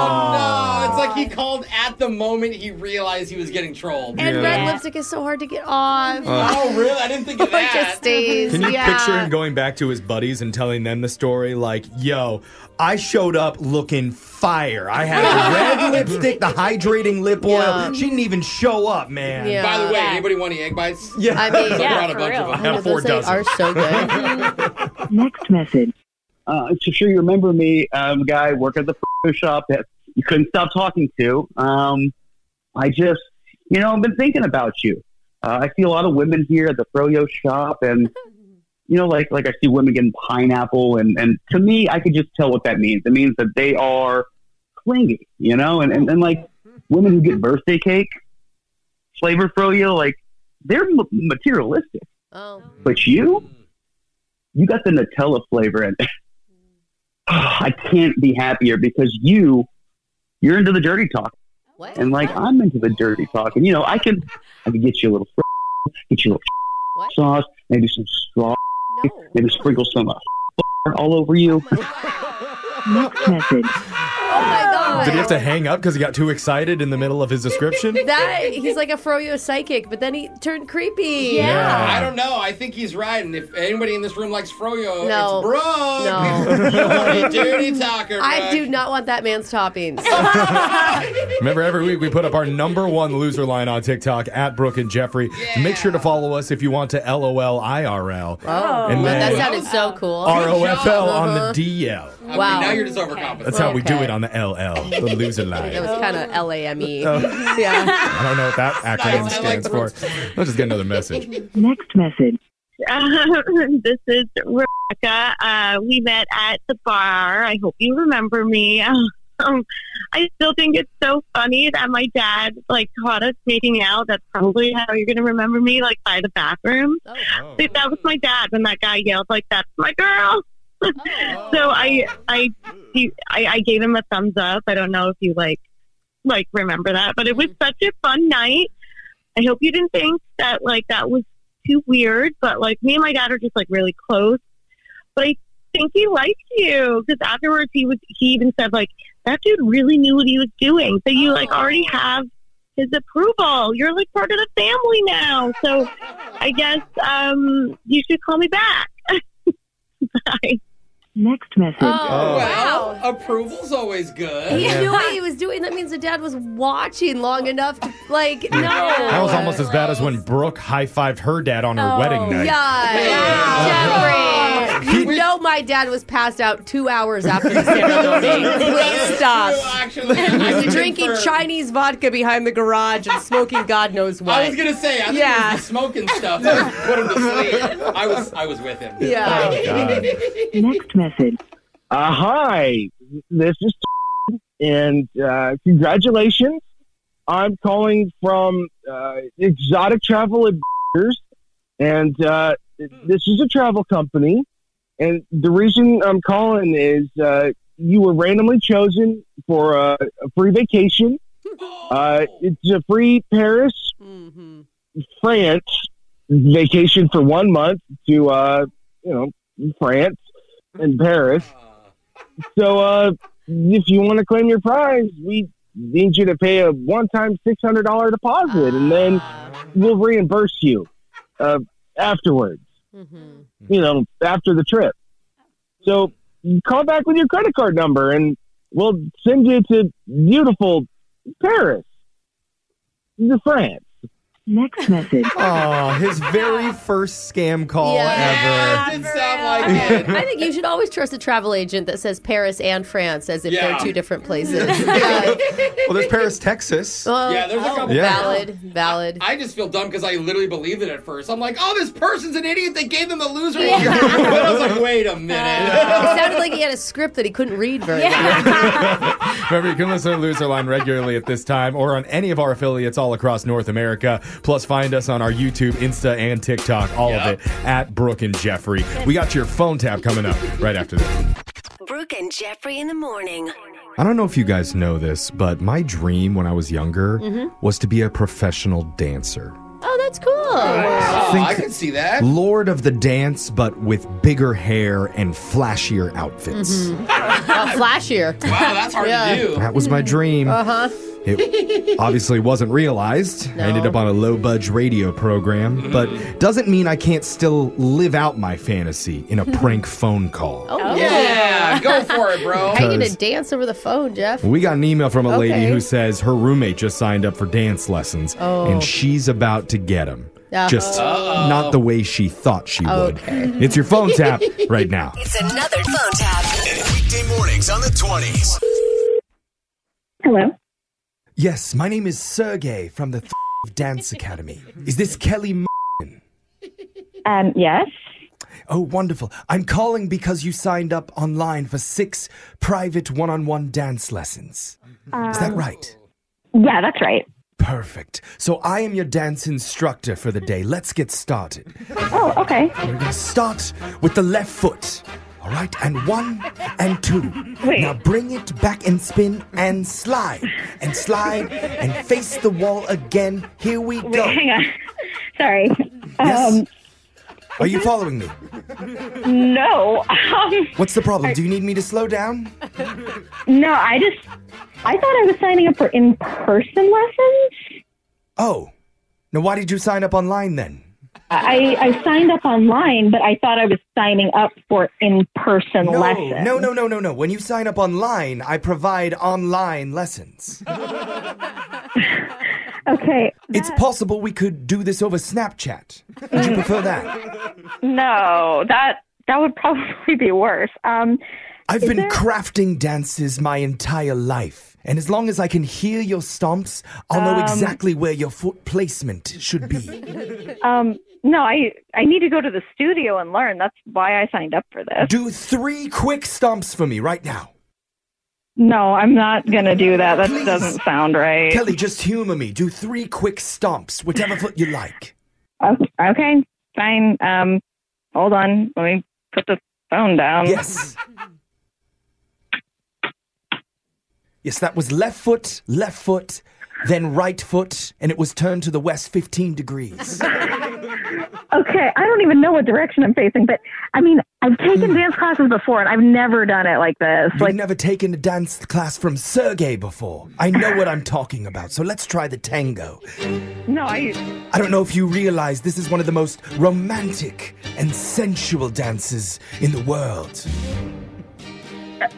Speaker 3: Oh, it's like he called at the moment he realized he was getting trolled.
Speaker 1: And red lipstick is so hard to get off.
Speaker 4: Uh.
Speaker 3: Oh, really? I didn't think of
Speaker 1: It just stays.
Speaker 4: Can you
Speaker 1: yeah.
Speaker 4: picture him going back to his buddies and telling them the story? Like, yo, I showed up looking fire. I had the red lipstick, the hydrating lip oil. She didn't even show up, man.
Speaker 3: By the way, anybody want any egg bites?
Speaker 4: Yeah. I mean, yeah,
Speaker 3: brought a
Speaker 4: for
Speaker 3: bunch
Speaker 4: real.
Speaker 3: of them.
Speaker 4: I have four dozen.
Speaker 1: so good.
Speaker 13: Next message.
Speaker 14: Uh, I'm sure you remember me, um, guy working at the photo shop that you couldn't stop talking to. Um, I just, you know, I've been thinking about you. Uh, I see a lot of women here at the froyo shop, and you know, like like I see women getting pineapple, and and to me, I could just tell what that means. It means that they are clingy, you know, and and, and like women who get birthday cake flavor froyo, like they're m- materialistic.
Speaker 1: Oh.
Speaker 14: But you, you got the Nutella flavor in it. I can't be happier because you, you're into the dirty talk, and like I'm into the dirty talk, and you know I can, I can get you a little, fr- get you a little sauce, maybe some straw, maybe sprinkle some uh, all over you.
Speaker 13: Next message.
Speaker 1: Oh my god.
Speaker 4: Did he have to hang up because he got too excited in the middle of his description?
Speaker 1: That he's like a froyo psychic, but then he turned creepy.
Speaker 3: I don't know. I think he's right. And if anybody in this room likes Froyo,
Speaker 1: No.
Speaker 3: it's
Speaker 1: No.
Speaker 3: Brooke. you are a dirty talker, Oh,
Speaker 1: I
Speaker 3: Brooke.
Speaker 1: do not want that man's toppings.
Speaker 4: Remember, every week we put up our number one loser line on TikTok at Brooke and Jeffrey. Make sure to follow us if you want to LOL IRL.
Speaker 1: Oh,
Speaker 4: and
Speaker 1: that
Speaker 4: then
Speaker 1: sounded so cool.
Speaker 4: ROFL on
Speaker 1: Uh-huh.
Speaker 4: the DL.
Speaker 1: Wow.
Speaker 3: now you're just overconfident.
Speaker 4: That's how we do it on the LL, the loser line.
Speaker 1: That was kind of L A M E.
Speaker 4: Oh.
Speaker 1: Yeah.
Speaker 4: I don't know what that acronym
Speaker 1: nice. I like
Speaker 4: stands
Speaker 1: the
Speaker 4: for. Let's just get another message.
Speaker 13: Next message.
Speaker 15: Um, this is Rebecca. Uh, we met at the bar. I hope you remember me. Um, I still think it's so funny that my dad like caught us making out. That's probably how you're gonna remember me, like by the bathroom. Like, that was my dad when that guy yelled like, "That's my girl." so I, I, he, I, I gave him a thumbs up. I don't know if you like, like remember that, but it was such a fun night. I hope you didn't think that like that was too weird, but like me and my dad are just like really close. But I think he liked you because afterwards he was he even said like that dude really knew what he was doing. So you like already have his approval. You're like part of the family now. So I guess um you should call me back.
Speaker 13: Next message.
Speaker 3: Oh, well, approval's always good.
Speaker 1: He knew what he was doing. That means the dad was watching long enough to, like, no.
Speaker 4: That was almost as bad as when Brooke high fived her dad on her wedding night.
Speaker 1: Oh, Yeah.
Speaker 4: Yeah.
Speaker 1: Jeffrey. You know my dad was passed out two hours after the ceremony. Please stop. I was drinking
Speaker 3: confirmed.
Speaker 1: Chinese vodka behind the garage and smoking God knows what.
Speaker 3: I was gonna say, I think
Speaker 1: yeah.
Speaker 3: it was the smoking stuff that put him to sleep. I was, I was with him.
Speaker 1: Yeah. Oh, God.
Speaker 13: Next message.
Speaker 16: Uh, hi, this is and uh, congratulations. I'm calling from uh, Exotic Travel Adventures, and uh,
Speaker 1: Hmm.
Speaker 16: this is a travel company. And the reason I'm calling is uh, you were randomly chosen for a, a free vacation. Uh, it's a free Paris,
Speaker 1: Mm-hmm.
Speaker 16: France vacation for one month to uh, you know France and Paris. So uh, if you want to claim your prize, we need you to pay a one-time six hundred dollar deposit, and then we'll reimburse you uh, afterwards. You know, after the trip. So call back with your credit card number, and we'll send you to beautiful Paris. to France.
Speaker 13: Next message.
Speaker 11: Oh, his very first scam call ever.
Speaker 1: did sound like it. I think you should always trust a travel agent that says Paris and France as if
Speaker 11: Yeah.
Speaker 1: they're two different places.
Speaker 11: Well, there's Paris, Texas.
Speaker 1: Well,
Speaker 3: Yeah, there's a
Speaker 1: oh,
Speaker 3: couple-
Speaker 1: valid, valid.
Speaker 3: I just feel dumb because I literally believed it at first. I'm like, oh, this person's an idiot. They gave them the loser.
Speaker 1: Yeah.
Speaker 3: but I was like, wait a minute.
Speaker 1: it sounded like he had a script that he couldn't read very well.
Speaker 11: Remember, you can listen to Loser Line regularly at this time or on any of our affiliates all across North America. Plus, find us on our YouTube, Insta, and TikTok, all of it at Brooke and Jeffrey. We got your phone tap coming up right after this.
Speaker 2: Brooke and Jeffrey in the morning.
Speaker 11: I don't know if you guys know this, but my dream when I was younger
Speaker 2: Mhm.
Speaker 11: was to be a professional dancer.
Speaker 1: Mm-hmm. Oh, that's cool.
Speaker 3: Oh, I can see that.
Speaker 11: Lord of the dance, but with bigger hair and flashier outfits.
Speaker 1: Mhm. Uh, flashier.
Speaker 3: Wow, that's hard to do.
Speaker 2: Mm-hmm.
Speaker 11: That was my dream.
Speaker 1: Uh huh.
Speaker 11: It obviously wasn't realized. I ended up on a low budge radio program, but doesn't mean I can't still live out my fantasy in a prank phone call.
Speaker 1: Oh,
Speaker 3: Yeah, go for it, bro.
Speaker 1: How you gonna
Speaker 11: Because-
Speaker 1: dance over the phone, Jeff?
Speaker 11: We got an email from a lady
Speaker 1: Okay.
Speaker 11: who says her roommate just signed up for dance lessons
Speaker 1: Oh.
Speaker 11: and she's about to get him.
Speaker 2: Uh-oh.
Speaker 11: Just not the way she thought she
Speaker 17: Oh,
Speaker 4: Oh,
Speaker 11: would.
Speaker 2: Okay.
Speaker 11: It's your phone tap right now.
Speaker 2: It's another phone tap.
Speaker 17: Weekday mornings on the 20s.
Speaker 13: Hello.
Speaker 11: Yes, my name is Sergey from the Dance Academy. Is this Kelly?
Speaker 13: Um, yes.
Speaker 11: Oh, wonderful. I'm calling because you signed up online for six private one on one dance lessons. Is that
Speaker 13: Um,
Speaker 11: right?
Speaker 13: Yeah, that's right.
Speaker 11: Perfect. So I am your dance instructor for the day. Let's get started.
Speaker 13: Oh, okay.
Speaker 11: We're going to start with the left foot. All right, and one and two.
Speaker 13: Wait.
Speaker 11: Now bring it back and spin and slide and slide and face the wall again. Here we go.
Speaker 13: hang on. Sorry.
Speaker 11: Yes. Are you following me?
Speaker 13: Um, no. Um,
Speaker 11: What's the problem? Do you need me to slow down?
Speaker 13: no, I just, I thought I was signing up for in person lessons.
Speaker 11: Oh, now why did you sign up online then?
Speaker 13: I, I signed up online, but I thought I was signing up for in person
Speaker 11: No,
Speaker 13: lessons.
Speaker 11: no, no, no, no, no. When you sign up online, I provide online lessons.
Speaker 13: Okay.
Speaker 11: It's possible we could do this over Snapchat. Would you prefer that?
Speaker 13: No, that that would probably be worse. Um,
Speaker 11: I've
Speaker 13: is
Speaker 11: been
Speaker 13: there-
Speaker 11: crafting dances my entire life. And as long as I can hear your stomps, I'll know
Speaker 13: Um,
Speaker 11: exactly where your foot placement should be.
Speaker 13: um, no, I I need to go to the studio and learn. That's why I signed up for this.
Speaker 11: Do three quick stomps for me right now.
Speaker 13: No, I'm not gonna do that. That
Speaker 11: Please.
Speaker 13: doesn't sound right.
Speaker 11: Kelly, just humor me. Do three quick stomps, whichever foot you like.
Speaker 13: Okay, okay, fine. Um, hold on. Let me put the phone down.
Speaker 11: Yes. Yes, that was left foot, left foot, then right foot, and it was turned to the west 15 degrees.
Speaker 13: Okay, I don't even know what direction I'm facing, but I mean, I've taken dance classes before, and I've never done it like this.
Speaker 11: Hmm. You've never taken a dance class from Sergey before. I know what I'm talking about, so let's try the tango.
Speaker 13: No, I.
Speaker 11: I don't know if you realize this is one of the most romantic and sensual dances in the world.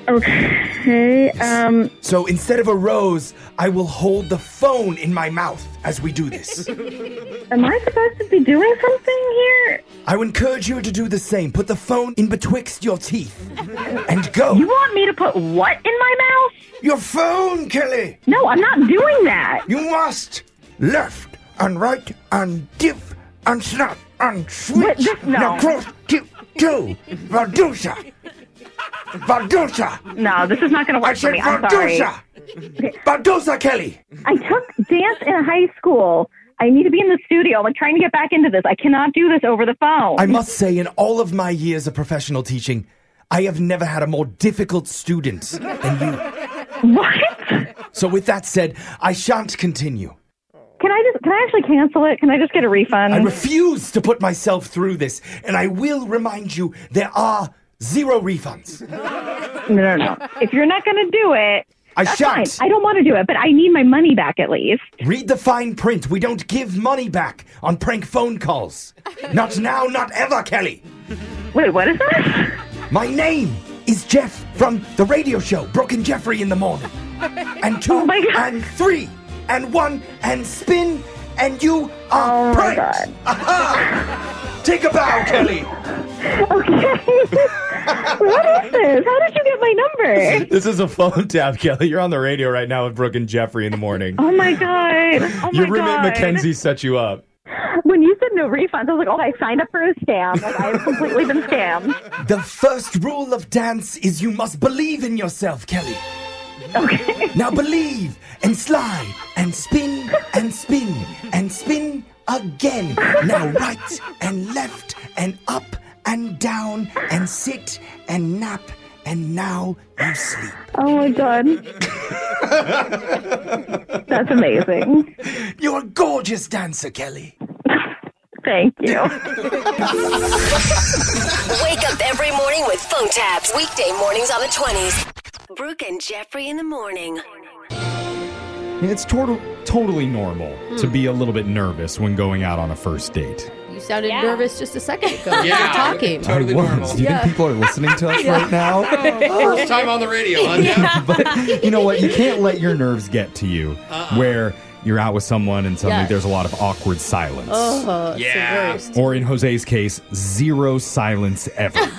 Speaker 13: Okay. Um.
Speaker 11: So instead of a rose, I will hold the phone in my mouth as we do this.
Speaker 13: Am I supposed to be doing something here?
Speaker 11: I would encourage you to do the same. Put the phone in betwixt your teeth and go.
Speaker 13: You want me to put what in my mouth?
Speaker 11: Your phone, Kelly.
Speaker 13: No, I'm not doing that.
Speaker 11: You must left and right and dip and snap and switch.
Speaker 13: this- no.
Speaker 11: Now cross tip two. Vadusa. Vadusa.
Speaker 13: No, this is not going to
Speaker 11: I
Speaker 13: work for
Speaker 11: said
Speaker 13: me. I'm sorry.
Speaker 11: Vadusa. Vadusa, Kelly.
Speaker 13: I took dance in high school. I need to be in the studio. I'm like trying to get back into this. I cannot do this over the phone.
Speaker 11: I must say, in all of my years of professional teaching, I have never had a more difficult student than
Speaker 13: you. What?
Speaker 11: So, with that said, I shan't continue.
Speaker 13: Can I just? Can I actually cancel it? Can I just get a refund?
Speaker 11: I refuse to put myself through this, and I will remind you there are zero refunds.
Speaker 13: no, no, no. If you're not going to do it,
Speaker 11: I
Speaker 13: that's
Speaker 11: shan't.
Speaker 13: fine. I don't want to do it, but I need my money back at least.
Speaker 11: Read the fine print. We don't give money back on prank phone calls. Not now, not ever, Kelly.
Speaker 13: Wait, what is that?
Speaker 11: My name is
Speaker 13: Oh
Speaker 11: Jeff from the radio show Brooke and Jeffrey in the morning. And two and three and one and spin, and you are oh pranked. God. Aha! Take a bow, Kelly.
Speaker 13: what is this? How did you get my number?
Speaker 4: This is a phone tap, Kelly. You're on the radio right now with Brooke and Jeffrey in the morning.
Speaker 13: Oh my god! Oh
Speaker 4: Your
Speaker 13: my
Speaker 4: roommate
Speaker 13: god.
Speaker 4: Mackenzie set you up.
Speaker 13: When you said no refunds, I was like, oh, I signed up for a scam. Like, I've completely been scammed.
Speaker 11: The first rule of dance is you must believe in yourself, Kelly. Okay. Now believe and slide and spin and spin and spin again. Now right and left and up and down and sit and nap and now you sleep.
Speaker 13: Oh my god. That's amazing.
Speaker 11: You're a gorgeous dancer, Kelly.
Speaker 13: Thank you.
Speaker 18: Wake up every morning with phone taps. Weekday mornings on the 20s. Brooke and Jeffrey in the morning.
Speaker 4: It's total, totally normal to be a little bit nervous when going out on a first date.
Speaker 1: You sounded nervous just a second ago.
Speaker 4: Yeah.
Speaker 1: You're talking.
Speaker 4: I was. Do you
Speaker 1: Yeah.
Speaker 4: think people are listening to us
Speaker 1: Yeah.
Speaker 4: right now?
Speaker 1: Oh.
Speaker 3: First time on the radio, huh? Jeff?
Speaker 4: but you know what? You can't let your nerves get to you
Speaker 3: Uh-uh.
Speaker 4: where you're out with someone and suddenly
Speaker 3: Yes.
Speaker 4: there's a lot of awkward silence.
Speaker 1: Oh,
Speaker 3: Yeah.
Speaker 1: it's the worst.
Speaker 4: Or in Jose's case, zero silence ever.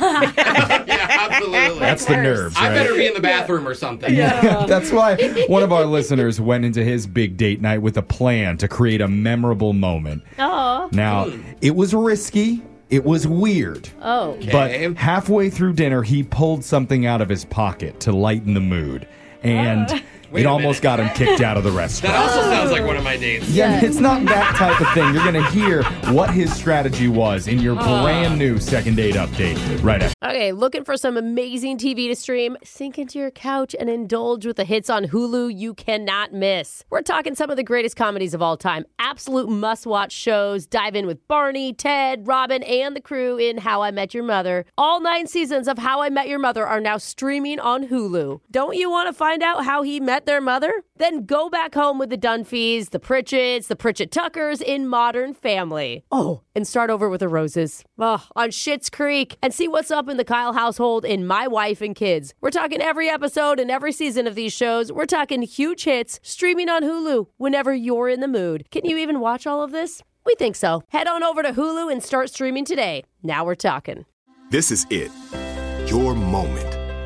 Speaker 3: Absolutely.
Speaker 4: That's the nerves,
Speaker 3: I
Speaker 4: right?
Speaker 3: better be in the bathroom or something.
Speaker 4: That's why one of our listeners went into his big date night with a plan to create a memorable moment.
Speaker 1: Oh.
Speaker 4: Now, it was risky, it was weird.
Speaker 1: Oh.
Speaker 4: But halfway through dinner, he pulled something out of his pocket to lighten the mood, and it almost got him kicked out of the
Speaker 3: That
Speaker 4: restaurant.
Speaker 3: also sounds like one of my dates.
Speaker 4: Yeah, it's not that type of thing. You're going to hear what his strategy was in your
Speaker 1: Ah.
Speaker 4: brand new second date update right after.
Speaker 1: Okay, looking for some amazing TV to stream? Sink into your couch and indulge with the hits on Hulu you cannot miss. We're talking some of the greatest comedies of all time, absolute must watch shows. Dive in with Barney, Ted, Robin, and the crew in How I Met Your Mother. All nine seasons of How I Met Your Mother are now streaming on Hulu. Don't you want to find out how he met their mother? Then go back home with the Dunphys, the Pritchett's, the Pritchett Tuckers in Modern Family. Oh, and start over with the Roses. Ugh, on Schitt's Creek and see what's up in the Kyle household in My Wife and Kids. We're talking every episode and every season of these shows. We're talking huge hits streaming on Hulu whenever you're in the mood. Can you even watch all of this? We think so. Head on over to Hulu and start streaming today. Now we're talking.
Speaker 9: This is it. Your moment.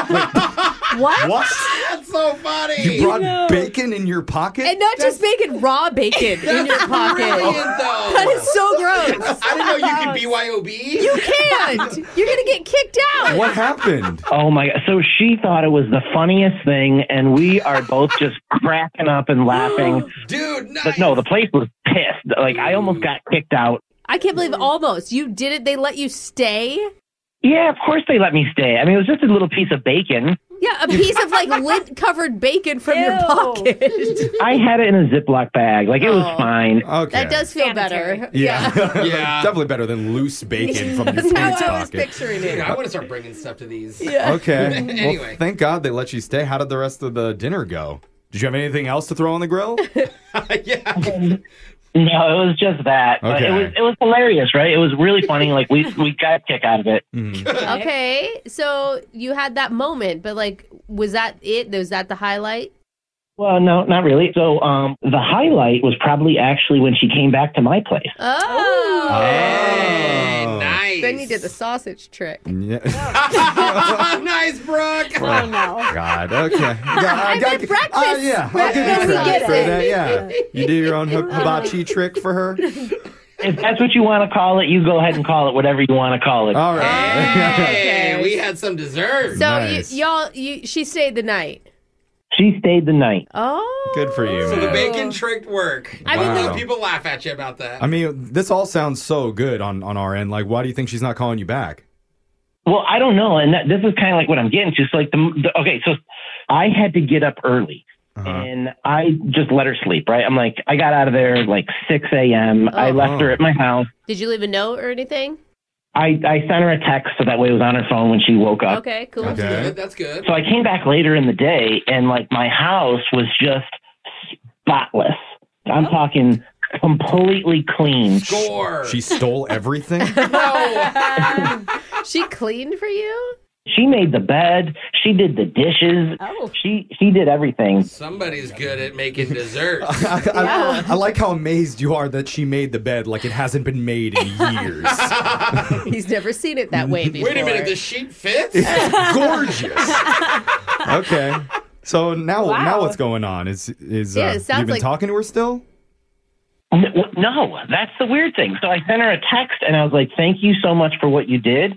Speaker 2: What?
Speaker 4: What?
Speaker 3: That's so funny.
Speaker 4: You brought bacon in your pocket?
Speaker 2: And not just bacon, raw bacon in your
Speaker 3: That's
Speaker 2: pocket.
Speaker 3: brilliant, though.
Speaker 2: That is so gross.
Speaker 3: I didn't know you could BYOB.
Speaker 2: You can't. You're gonna get kicked out.
Speaker 4: happened?
Speaker 19: Oh my! So she thought it was the funniest thing, and we are both just cracking up and laughing.
Speaker 3: Dude, Mm.
Speaker 19: But no, the place was pissed. Like I almost got kicked out.
Speaker 2: I can't believe almost you did it. They let you stay.
Speaker 19: Yeah, of course they let me stay. I mean, it was just a little piece of bacon.
Speaker 2: Yeah, a piece of like lint covered bacon from your pocket.
Speaker 19: I had it in a Ziploc bag. Like it was
Speaker 2: Oh.
Speaker 19: fine.
Speaker 4: Okay.
Speaker 2: That does feel better.
Speaker 4: Yeah. Definitely better than loose bacon from your
Speaker 2: That's
Speaker 4: food
Speaker 2: how
Speaker 4: pocket.
Speaker 2: I was picturing it.
Speaker 3: Dude, I want to start bringing stuff to these.
Speaker 4: Okay. Well,
Speaker 3: anyway,
Speaker 4: thank God they let you stay. How did the rest of the dinner go? Did you have anything else to throw on the grill?
Speaker 19: No, it was just that. But
Speaker 4: Okay.
Speaker 19: it was it was hilarious, right? It was really funny. Like we we got a kick out of it.
Speaker 4: Mm-hmm.
Speaker 2: Okay, so you had that moment, but like, was that it? Was that the highlight?
Speaker 19: Well, no, not really. So um, the highlight was probably actually when she came back to my place.
Speaker 2: Oh,
Speaker 3: nice.
Speaker 2: Then you did the sausage trick.
Speaker 4: Yeah.
Speaker 3: nice, Brooke.
Speaker 4: Oh, God. Okay.
Speaker 2: I
Speaker 4: got-
Speaker 2: meant breakfast.
Speaker 1: uh,
Speaker 4: Ah, yeah. I'll give
Speaker 2: Breakfast,
Speaker 4: you
Speaker 2: we
Speaker 4: credit
Speaker 2: get
Speaker 4: for
Speaker 2: it.
Speaker 4: that. Yeah. You do your own hi- hibachi trick for her.
Speaker 19: If that's what you want to call it, you go ahead and call it whatever you want to call it.
Speaker 4: All right.
Speaker 3: Hey, we had some dessert.
Speaker 2: So you, y'all, you, she stayed the night.
Speaker 19: She stayed the night.
Speaker 1: Oh.
Speaker 4: Good for you,
Speaker 3: So the
Speaker 4: man.
Speaker 3: bacon tricked work.
Speaker 4: I mean,
Speaker 3: Wow.
Speaker 4: they-
Speaker 3: people laugh at you about that.
Speaker 4: I mean, this all sounds so good on, on our end. Like, why do you think she's not calling you back?
Speaker 19: Well, I don't know, and that, this is kind of like what I'm getting to. It's like the, the okay, so I had to get up early,
Speaker 4: Uh-huh.
Speaker 19: and I just let her sleep. Right, I'm like, I got out of there like 6 a.m.
Speaker 4: Oh,
Speaker 19: I left her at my house.
Speaker 1: Did you leave a note or anything?
Speaker 19: I I sent her a text so that way it was on her phone when she woke up.
Speaker 1: Okay, cool.
Speaker 19: That's Okay. good,
Speaker 1: That's good.
Speaker 19: So I came back later in the day, and like my house was just spotless. I'm
Speaker 1: Oh.
Speaker 19: talking completely clean.
Speaker 3: Score.
Speaker 4: She stole everything?
Speaker 1: she cleaned for you?
Speaker 19: She made the bed. She did the dishes.
Speaker 1: Oh.
Speaker 19: She she did everything.
Speaker 3: Somebody's good at making dessert.
Speaker 4: I, I- I like how amazed you are that she made the bed like it hasn't been made in years.
Speaker 1: He's never seen it that way before.
Speaker 3: Wait a minute, the sheet fits?
Speaker 4: It's gorgeous. okay. So now, now what's going on? Is is
Speaker 1: Yeah, it
Speaker 4: uh,
Speaker 1: sounds
Speaker 4: you've been
Speaker 1: like-
Speaker 4: talking to her still?
Speaker 19: N- No, that's the weird thing. So I sent her a text, and I was like, "Thank you so much for what you did,"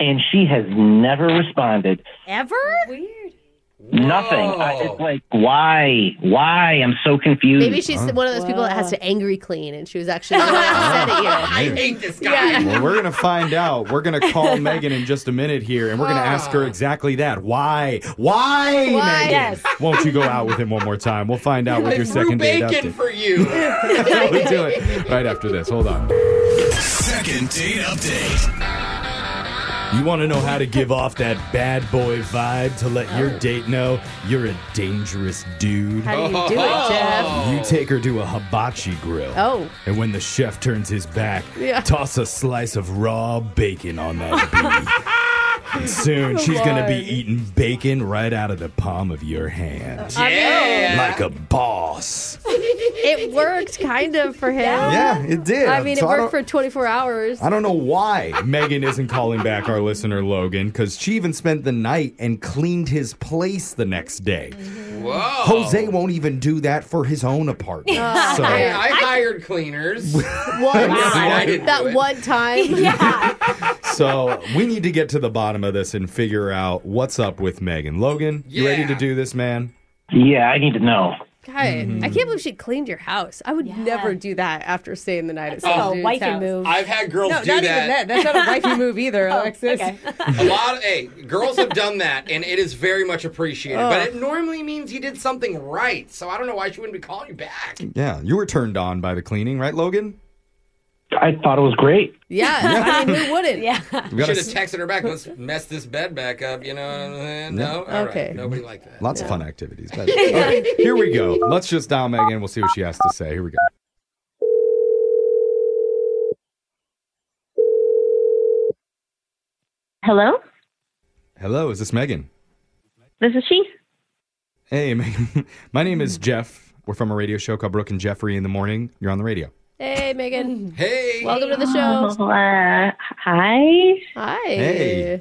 Speaker 19: and she has never responded.
Speaker 6: Ever? Weird.
Speaker 19: Nothing. I, it's like why? Why? I'm so confused.
Speaker 1: Maybe she's one of those people that has to angry clean, and she was actually really upset at you.
Speaker 4: I
Speaker 3: hate this
Speaker 4: Well, we're going to find out. We're going to call Megan in just a minute here, and we're going to ask
Speaker 1: Ah.
Speaker 4: her exactly that. Why? Why,
Speaker 3: Why?
Speaker 4: Megan?
Speaker 3: Yes.
Speaker 4: Won't you go out with him one more time? We'll find out with
Speaker 3: I
Speaker 4: your
Speaker 3: threw
Speaker 4: second date
Speaker 3: bacon
Speaker 4: update.
Speaker 3: for you.
Speaker 4: we do it right after this. Hold on.
Speaker 10: Second date update.
Speaker 4: You want to know how to give off that bad boy vibe to let your date know you're a dangerous dude?
Speaker 1: How do you do it, Jeff?
Speaker 4: You take her to a hibachi grill.
Speaker 1: Oh.
Speaker 4: And when the chef turns his back,
Speaker 1: Yeah.
Speaker 4: toss a slice of raw bacon on that beef. And soon she's going to be
Speaker 1: Lord.
Speaker 4: eating bacon right out of the palm of your hand.
Speaker 1: I mean-
Speaker 4: Like a boss.
Speaker 1: it worked kind of for him.
Speaker 4: Yeah, it did.
Speaker 1: I mean,
Speaker 4: So
Speaker 1: it
Speaker 4: I
Speaker 1: worked
Speaker 4: don't-
Speaker 1: for 24 hours.
Speaker 4: I don't know why Megan isn't calling back our listener Logan because she even spent the night and cleaned his place the next day.
Speaker 1: Mm-hmm.
Speaker 3: Whoa.
Speaker 4: Jose won't even do that for his own apartment. so
Speaker 3: Hey, I hired cleaners. One I didn't do
Speaker 1: that
Speaker 3: it.
Speaker 1: one time.
Speaker 4: so we need to get to the bottom of this and figure out what's up with Megan. Logan, you ready to do this, man?
Speaker 19: Yeah, I need to know.
Speaker 1: God,
Speaker 4: Mm-hmm.
Speaker 1: I can't believe she cleaned your house. I would never do that after staying the night at
Speaker 4: Oh,
Speaker 3: That's
Speaker 1: some
Speaker 3: a
Speaker 1: dude's
Speaker 3: wifey
Speaker 1: house.
Speaker 3: move. I've had girls
Speaker 1: no,
Speaker 3: do
Speaker 1: not
Speaker 3: that.
Speaker 1: Even that. That's not a wifey move either,
Speaker 4: Oh,
Speaker 1: Alexis.
Speaker 3: A lot of, hey, girls have done that, and it is very much appreciated.
Speaker 1: Oh.
Speaker 3: But it normally means you did something right, so I don't know why she wouldn't be calling you back.
Speaker 4: Yeah, you were turned on by the cleaning, right, Logan?
Speaker 19: I thought it was great.
Speaker 1: Yeah, I mean, who wouldn't? Yeah.
Speaker 4: We gotta
Speaker 3: Should have texted her back. Let's mess this bed back up. You know what I'm saying?
Speaker 4: Yeah.
Speaker 3: No. All right.
Speaker 4: Okay.
Speaker 3: Nobody liked that.
Speaker 4: Lots of fun activities. but- Okay, here we go. Let's just dial Megan. We'll see what she has to say. Here we go.
Speaker 5: Hello,
Speaker 4: Hello, is this Megan?
Speaker 5: this is she.
Speaker 4: Hey, Megan. My name is Jeff. We're from a radio show called Brooke and Jeffrey in the Morning. You're on the radio.
Speaker 1: Hey, Megan.
Speaker 3: Hey.
Speaker 1: Welcome to the show.
Speaker 5: Oh, uh, hi.
Speaker 1: Hi.
Speaker 4: Hey.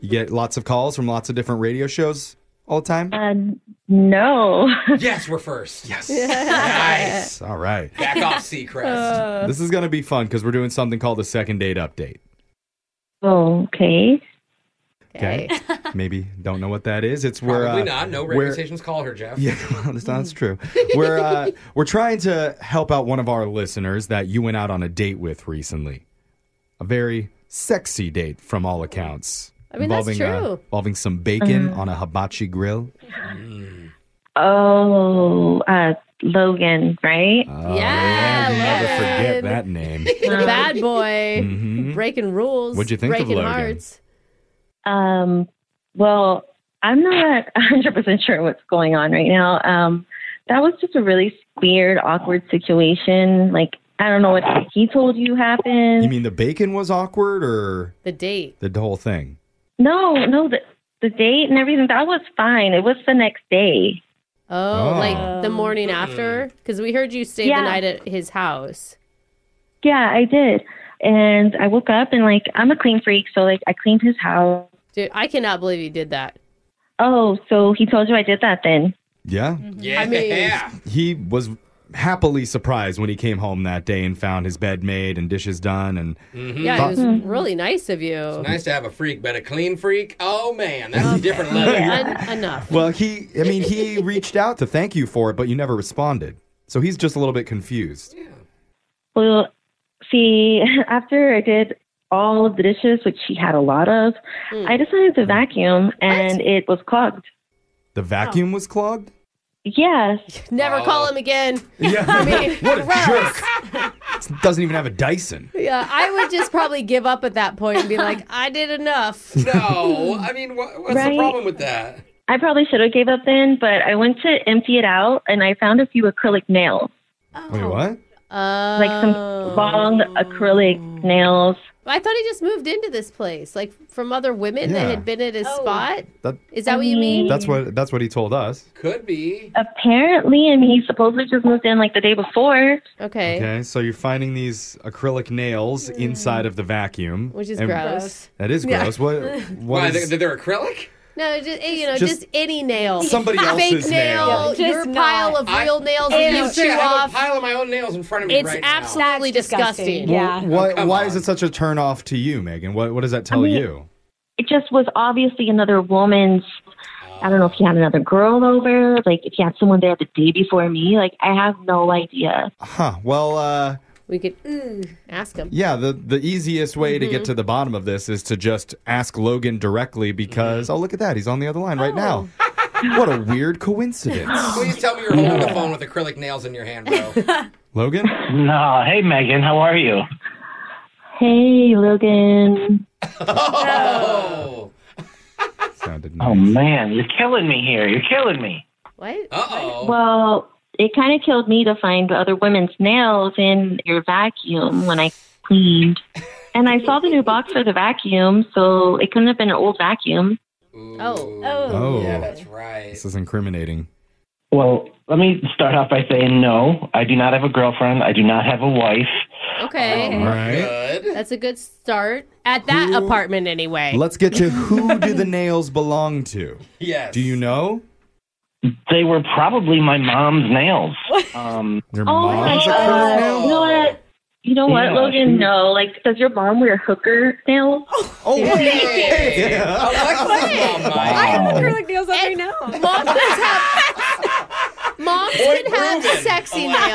Speaker 4: You get lots of calls from lots of different radio shows all the time?
Speaker 5: Uh, no.
Speaker 3: Yes, we're first. Yes.
Speaker 4: Yes. All right.
Speaker 3: Back off, Seacrest.
Speaker 5: Uh.
Speaker 4: This is going to be fun because we're doing something called the second date update.
Speaker 5: okay.
Speaker 4: Okay. Maybe don't know what that is. It's where
Speaker 3: Probably
Speaker 4: uh,
Speaker 3: not. No
Speaker 4: where-
Speaker 3: radio stations call her, Jeff.
Speaker 4: Yeah, well, that's, that's true. We're uh, we're trying to help out one of our listeners that you went out on a date with recently. A very sexy date, from all accounts.
Speaker 5: I mean, that's
Speaker 4: involving, uh,
Speaker 5: true.
Speaker 4: involving some bacon
Speaker 5: Mhm.
Speaker 4: on a hibachi grill.
Speaker 5: Oh, uh, Logan, right?
Speaker 4: Oh, yeah, you never
Speaker 5: Logan.
Speaker 4: forget that name.
Speaker 1: The bad boy.
Speaker 4: Mhm.
Speaker 1: Breaking rules.
Speaker 4: What'd you think of
Speaker 1: breaking
Speaker 4: Logan?
Speaker 1: hearts.
Speaker 5: Um, well, I'm not 100% sure what's going on right now. Um, that was just a really weird, awkward situation. Like, I don't know what he told you happened.
Speaker 4: You mean the bacon was awkward, or
Speaker 1: the date?
Speaker 4: The whole thing.
Speaker 5: No, no, the, the date and everything, that was fine. It was the next day.
Speaker 1: Oh,
Speaker 5: Oh.
Speaker 1: like the morning after? Because we heard you stay
Speaker 5: Yeah.
Speaker 1: the night at his house.
Speaker 5: Yeah, I did. And I woke up and, like, I'm a clean freak, so, like, I cleaned his house.
Speaker 1: Dude, I cannot believe you did that.
Speaker 5: Oh, so he told you I did that then.
Speaker 4: Yeah.
Speaker 1: I mean,
Speaker 4: He was happily surprised when he came home that day and found his bed made and dishes done and
Speaker 1: Mm-hmm. Yeah, it was really nice of you.
Speaker 3: Mm-hmm. Nice to have a freak, but a clean freak? Oh man, that's a different level.
Speaker 1: En- enough.
Speaker 4: Well, he, I mean, he reached out to thank you for it, but you never responded. So he's just a little bit confused.
Speaker 13: Well, see, after I did all of the dishes, which she had a lot of, I decided to vacuum and it was clogged.
Speaker 4: The vacuum
Speaker 1: Oh.
Speaker 4: was clogged?
Speaker 13: Yes.
Speaker 3: Oh.
Speaker 1: Never call him again.
Speaker 4: Yeah.
Speaker 1: I mean,
Speaker 4: What a
Speaker 1: gross.
Speaker 4: jerk. Doesn't even have a Dyson.
Speaker 1: Yeah, I would just probably give up at that point and be like, I did enough.
Speaker 3: No, I mean, what, what's
Speaker 13: Right.
Speaker 3: the problem with that?
Speaker 13: I probably should have gave up then, but I went to empty it out and I found a few acrylic nails,
Speaker 4: Wait, what?
Speaker 13: like some long acrylic nails.
Speaker 1: I thought he just moved into this place, like from other women that
Speaker 4: Yeah.
Speaker 1: had been at his spot.
Speaker 4: That,
Speaker 1: Is that what you mean?
Speaker 4: That's what that's what he told us.
Speaker 3: Could be.
Speaker 13: Apparently, and he supposedly just moved in like the day before.
Speaker 1: Okay. Mm.
Speaker 4: Okay, so you're finding these acrylic nails inside of the vacuum,
Speaker 1: Which is
Speaker 4: and-
Speaker 1: gross.
Speaker 4: That is
Speaker 1: Yeah.
Speaker 4: gross. What? What?
Speaker 3: Why,
Speaker 4: is-
Speaker 3: they're, they're acrylic?
Speaker 1: No, just eh, you know,
Speaker 4: Just
Speaker 1: just, any nail.
Speaker 4: somebody
Speaker 1: Fake
Speaker 4: else's nail.
Speaker 1: nail,
Speaker 4: Just
Speaker 1: your pile of real nails
Speaker 3: I,
Speaker 1: that you
Speaker 3: Shit,
Speaker 1: chew
Speaker 3: I have a
Speaker 1: off.
Speaker 3: pile of my own nails in front of me
Speaker 1: It's
Speaker 3: right now.
Speaker 1: absolutely disgusting.
Speaker 4: Well, Why? why is it such a turn off to you, Megan? What? What does that tell
Speaker 13: mean-
Speaker 4: you?
Speaker 13: It just was obviously another woman's. I don't know if he had another girl over, like if he had someone there the day before me. Like I have no idea.
Speaker 4: Huh. Well, uh,
Speaker 1: We could mm, ask him.
Speaker 4: yeah. The the easiest way to
Speaker 3: Mm-hmm.
Speaker 4: get to the bottom of this is to just ask Logan directly because oh look at that he's on the other line right now. what a weird coincidence,
Speaker 3: Oh. Please tell me you're holding the phone with acrylic nails in your hand, bro.
Speaker 4: Logan.
Speaker 19: No, hey Megan, how are you?
Speaker 13: Hey, Logan.
Speaker 3: Oh,
Speaker 19: Oh man, you're killing me here. You're killing me.
Speaker 1: What?
Speaker 3: Uh-oh.
Speaker 13: Well, it kind of killed me to find other women's nails in your vacuum when I cleaned. And I saw the new box for the vacuum, so it couldn't have been an old vacuum.
Speaker 1: Oh.
Speaker 4: Oh.
Speaker 3: Yeah, that's right.
Speaker 4: This is incriminating.
Speaker 19: Well, let me start off by saying no. I do not have a girlfriend. I do not have a wife.
Speaker 1: Okay.
Speaker 4: All right.
Speaker 1: Oh. That's a good start. At that apartment, anyway.
Speaker 4: Let's get to who do the nails belong to?
Speaker 3: Yes.
Speaker 4: Do you know?
Speaker 19: They were probably my mom's nails. Um,
Speaker 1: Oh,
Speaker 4: Your
Speaker 13: Oh my God. You know what? You know what,
Speaker 19: Yeah,
Speaker 13: Logan?
Speaker 19: shoot.
Speaker 13: No. Like, does your mom wear hooker nails?
Speaker 4: Oh,
Speaker 3: Hey. Alexa's
Speaker 2: I
Speaker 3: mom, Mike.
Speaker 2: have acrylic nails on right now.
Speaker 1: Moms have, moms
Speaker 3: Point
Speaker 1: can have
Speaker 3: proven.
Speaker 1: sexy
Speaker 3: Alexis.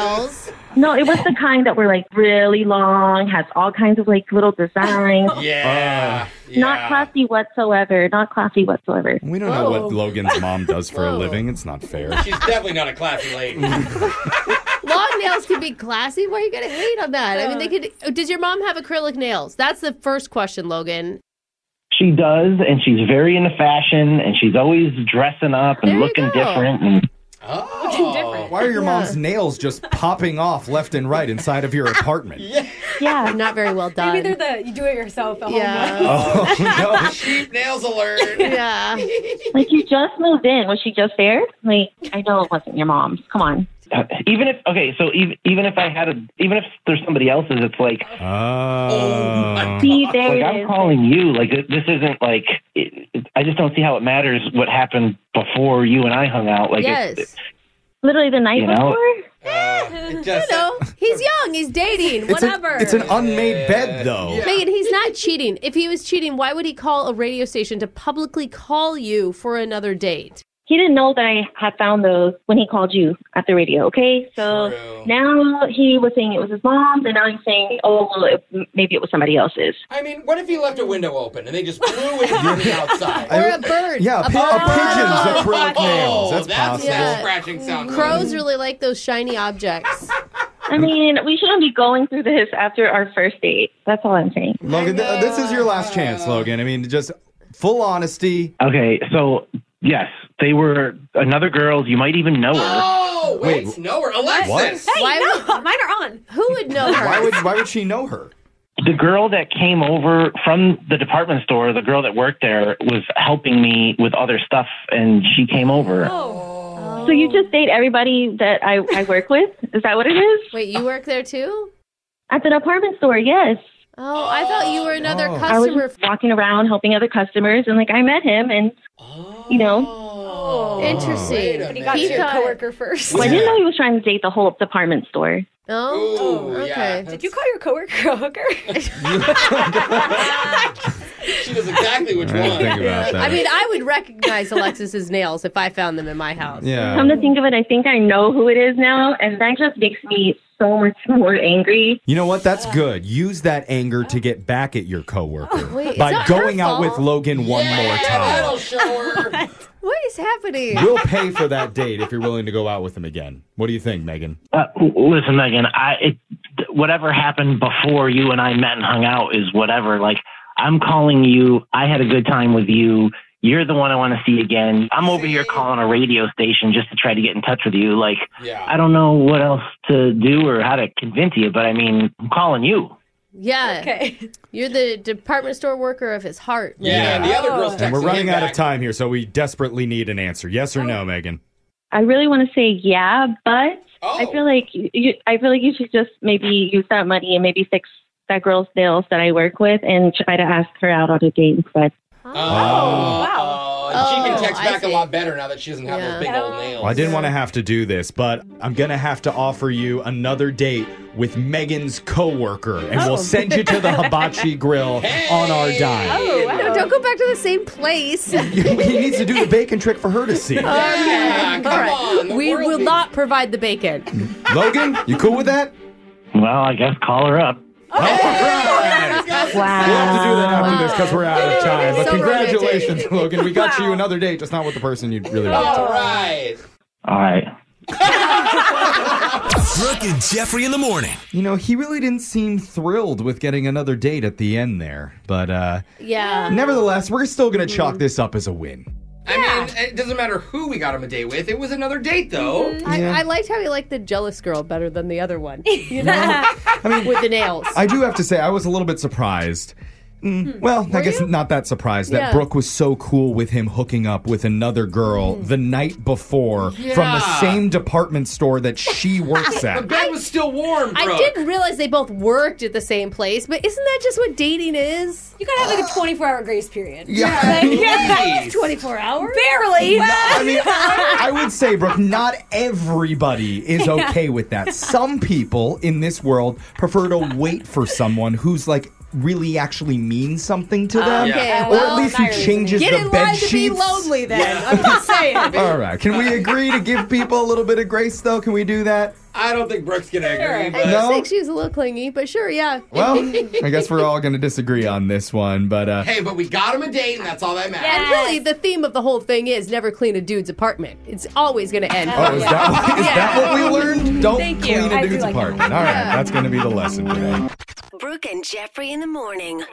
Speaker 1: nails.
Speaker 13: No, it was the kind that were like really long, has all kinds of like little designs.
Speaker 3: Yeah.
Speaker 4: Uh,
Speaker 3: yeah.
Speaker 13: Not classy whatsoever. Not classy whatsoever.
Speaker 4: We don't know what Logan's mom does for a living. It's not fair.
Speaker 3: She's definitely not a classy lady.
Speaker 1: Long nails can be classy. Why are you gonna hate on that? I mean, they could. oh, Does your mom have acrylic nails? That's the first question, Logan.
Speaker 19: she does, and she's very into fashion, and she's always dressing up and looking different. And
Speaker 3: Oh.
Speaker 4: Why are your mom's nails just popping off left and right inside of your apartment?
Speaker 13: Yeah.
Speaker 1: Not very well done.
Speaker 2: Maybe they're the you do it yourself at
Speaker 1: Yeah.
Speaker 2: home. ones.
Speaker 4: Oh, no.
Speaker 3: Cheap nails alert.
Speaker 1: yeah.
Speaker 13: Like you just moved in. Was she just there? Like I know it wasn't your mom's. Come on.
Speaker 19: uh, even if okay, so even, even if I had a, even if there's somebody else's, it's like
Speaker 4: Oh.
Speaker 13: See, there
Speaker 19: like
Speaker 13: it
Speaker 19: I'm
Speaker 13: is.
Speaker 19: calling you. Like th- this isn't like it, it- I just don't see how it matters what happened before you and I hung out. Like
Speaker 1: yes.
Speaker 19: it's,
Speaker 13: Literally the night
Speaker 19: You know?
Speaker 13: before.
Speaker 3: Uh, it just,
Speaker 1: you know, he's young. He's dating.
Speaker 4: It's, a-
Speaker 1: Whatever.
Speaker 4: it's an unmade bed, though.
Speaker 1: Megan, he's not cheating. If he was cheating, why would he call a radio station to publicly call you for another date?
Speaker 13: He didn't know that I had found those when he called you at the radio. Okay, so
Speaker 3: True.
Speaker 13: now he was saying it was his mom's, and now he's saying, oh, well, it, maybe it was somebody else's.
Speaker 3: I mean, what if he left a window open and they just blew it from the outside? Oh,
Speaker 1: Or a bird.
Speaker 4: Yeah, a, pi- a pigeon's acrylic nails. That's,
Speaker 3: that's
Speaker 4: possible.
Speaker 3: that
Speaker 1: Yeah.
Speaker 3: scratching sound.
Speaker 1: Crows really like those shiny objects.
Speaker 13: I
Speaker 4: Mm-hmm.
Speaker 13: mean, we shouldn't be going through this after our first date. That's all I'm saying.
Speaker 4: Logan, th- this is your last chance, Logan. I mean, just full honesty.
Speaker 19: okay, so yes, they were another girl. You might even know her.
Speaker 3: Oh, wait,
Speaker 4: Wait,
Speaker 3: no, we're Alexis.
Speaker 2: Hey,
Speaker 1: Why
Speaker 2: no, mine are on.
Speaker 1: Who would know her?
Speaker 4: Why would, why would she know her?
Speaker 19: the girl that came over from the department store, the girl that worked there, was helping me with other stuff, and she came over.
Speaker 13: Oh. So you just date everybody that I, I work with? Is that what it is?
Speaker 1: Wait, you work there too?
Speaker 13: At the department store, yes.
Speaker 1: Oh, I thought you were another
Speaker 4: Oh.
Speaker 13: I was
Speaker 1: customer.
Speaker 13: just walking around helping other customers, and like I met him, and you know,
Speaker 2: Oh, interesting.
Speaker 1: But he got to your coworker
Speaker 2: first.
Speaker 5: Well, I didn't know he was trying to date the whole department store.
Speaker 2: Oh, okay.
Speaker 6: Did you call your coworker a hooker?
Speaker 3: She knows exactly which
Speaker 4: I didn't
Speaker 3: one.
Speaker 4: think about
Speaker 1: I
Speaker 4: that.
Speaker 1: mean, I would recognize Alexis's nails if I found them in my house.
Speaker 5: Come to think of it, I think I know who it is now, and that just makes me so much more angry.
Speaker 4: You know what? That's good. Use that anger to get back at your coworker
Speaker 1: Oh, wait, it's
Speaker 4: by
Speaker 1: not
Speaker 4: going
Speaker 1: her
Speaker 4: out with
Speaker 1: fault.
Speaker 4: Logan one more time.
Speaker 1: What is happening?
Speaker 4: We'll pay for that date if you're willing to go out with him again. What do you think, Megan?
Speaker 19: Uh, listen, Megan, I it, whatever happened before you and I met and hung out is whatever. Like I'm calling you. I had a good time with you. You're the one I want to see again. I'm over here calling a radio station just to try to get in touch with you. Like I don't know what else to do or how to convince you, but I mean, I'm calling you.
Speaker 1: Yeah. Okay. You're the department store worker of his heart. man.
Speaker 4: And we're running out of time here, so we desperately need an answer. Yes or no, Megan?
Speaker 5: I really want to say yeah, but I feel like you, you, I feel like you should just maybe use that money and maybe fix that girl's nails that I work with and try to ask her out on a date instead.
Speaker 13: Oh,
Speaker 3: wow. Oh, she can
Speaker 1: Oh,
Speaker 3: text
Speaker 1: I
Speaker 3: back a
Speaker 1: see.
Speaker 3: lot better now that she doesn't have those big old nails.
Speaker 4: Well, I didn't want to have to do this, but I'm going to have to offer you another date with Megan's coworker, and
Speaker 1: Oh.
Speaker 4: we'll send you to the hibachi grill on our dime.
Speaker 1: Oh, wow. No, don't go back to the same place.
Speaker 4: he needs to do the bacon trick for her to see.
Speaker 1: Okay. Oh, All right. we will not provide the bacon.
Speaker 4: Logan, you cool with that?
Speaker 19: Well, I guess call her up.
Speaker 4: We'll have to do that after this because we're out of time. But
Speaker 3: So romantic.
Speaker 4: congratulations, Logan. We got you another date, just not with the person you
Speaker 7: Oh.
Speaker 4: really want.
Speaker 3: All right.
Speaker 19: All right.
Speaker 4: Brooke and Jeffrey in the morning. You know, he really didn't seem thrilled with getting another date at the end there. But uh
Speaker 1: Yeah.
Speaker 4: nevertheless, we're still going to chalk this up as a win.
Speaker 3: I mean, it doesn't matter who we got him a date with. It was another date, though.
Speaker 1: Mm-hmm. I, I liked how he liked the jealous girl better than the other one. You know? With the nails.
Speaker 4: I do have to say, I was a little bit surprised. Mm, Well, I guess not that surprised that
Speaker 1: Hmm. Yeah.
Speaker 4: Brooke was so cool with him hooking up with another girl the night before from the
Speaker 1: Hmm. Yeah.
Speaker 4: same department store that she works
Speaker 1: I-
Speaker 4: at.
Speaker 3: bed was still warm.
Speaker 1: I didn't realize they both worked at the same place, but isn't that just what dating is? You gotta have like a 24 hour grace period.
Speaker 4: Yeah.
Speaker 6: Like, yeah,
Speaker 4: Jeez.
Speaker 1: 24 hours?
Speaker 6: Barely.
Speaker 4: No, I mean, I would say, Brooke, not everybody is okay with that. Some people in this world prefer to wait for someone who's like really actually means something to them,
Speaker 1: Oh, Okay,
Speaker 4: or
Speaker 1: well,
Speaker 4: at least who
Speaker 1: not really.
Speaker 4: changes
Speaker 1: Get
Speaker 4: the
Speaker 1: in
Speaker 4: bed
Speaker 1: line
Speaker 4: sheets.
Speaker 1: to be lonely then. I'm just saying.
Speaker 4: All right, can we agree to give people a little bit of grace though? Can we do that?
Speaker 3: I don't think Brooke's gonna agree.
Speaker 1: I
Speaker 3: But
Speaker 1: just
Speaker 4: No?
Speaker 1: think she was a little clingy, but sure, yeah.
Speaker 4: Well, I guess we're all going to disagree on this one, but uh,
Speaker 3: hey, but we got him a date, and that's all that matters.
Speaker 1: And really, the theme of the whole thing is never clean a dude's apartment. It's always going to end.
Speaker 4: Oh, is that, is that what we learned? Don't clean a dude's apartment. All right,
Speaker 18: Yeah.
Speaker 4: that's going to be the lesson today.
Speaker 18: Brooke and Jeffrey in the morning.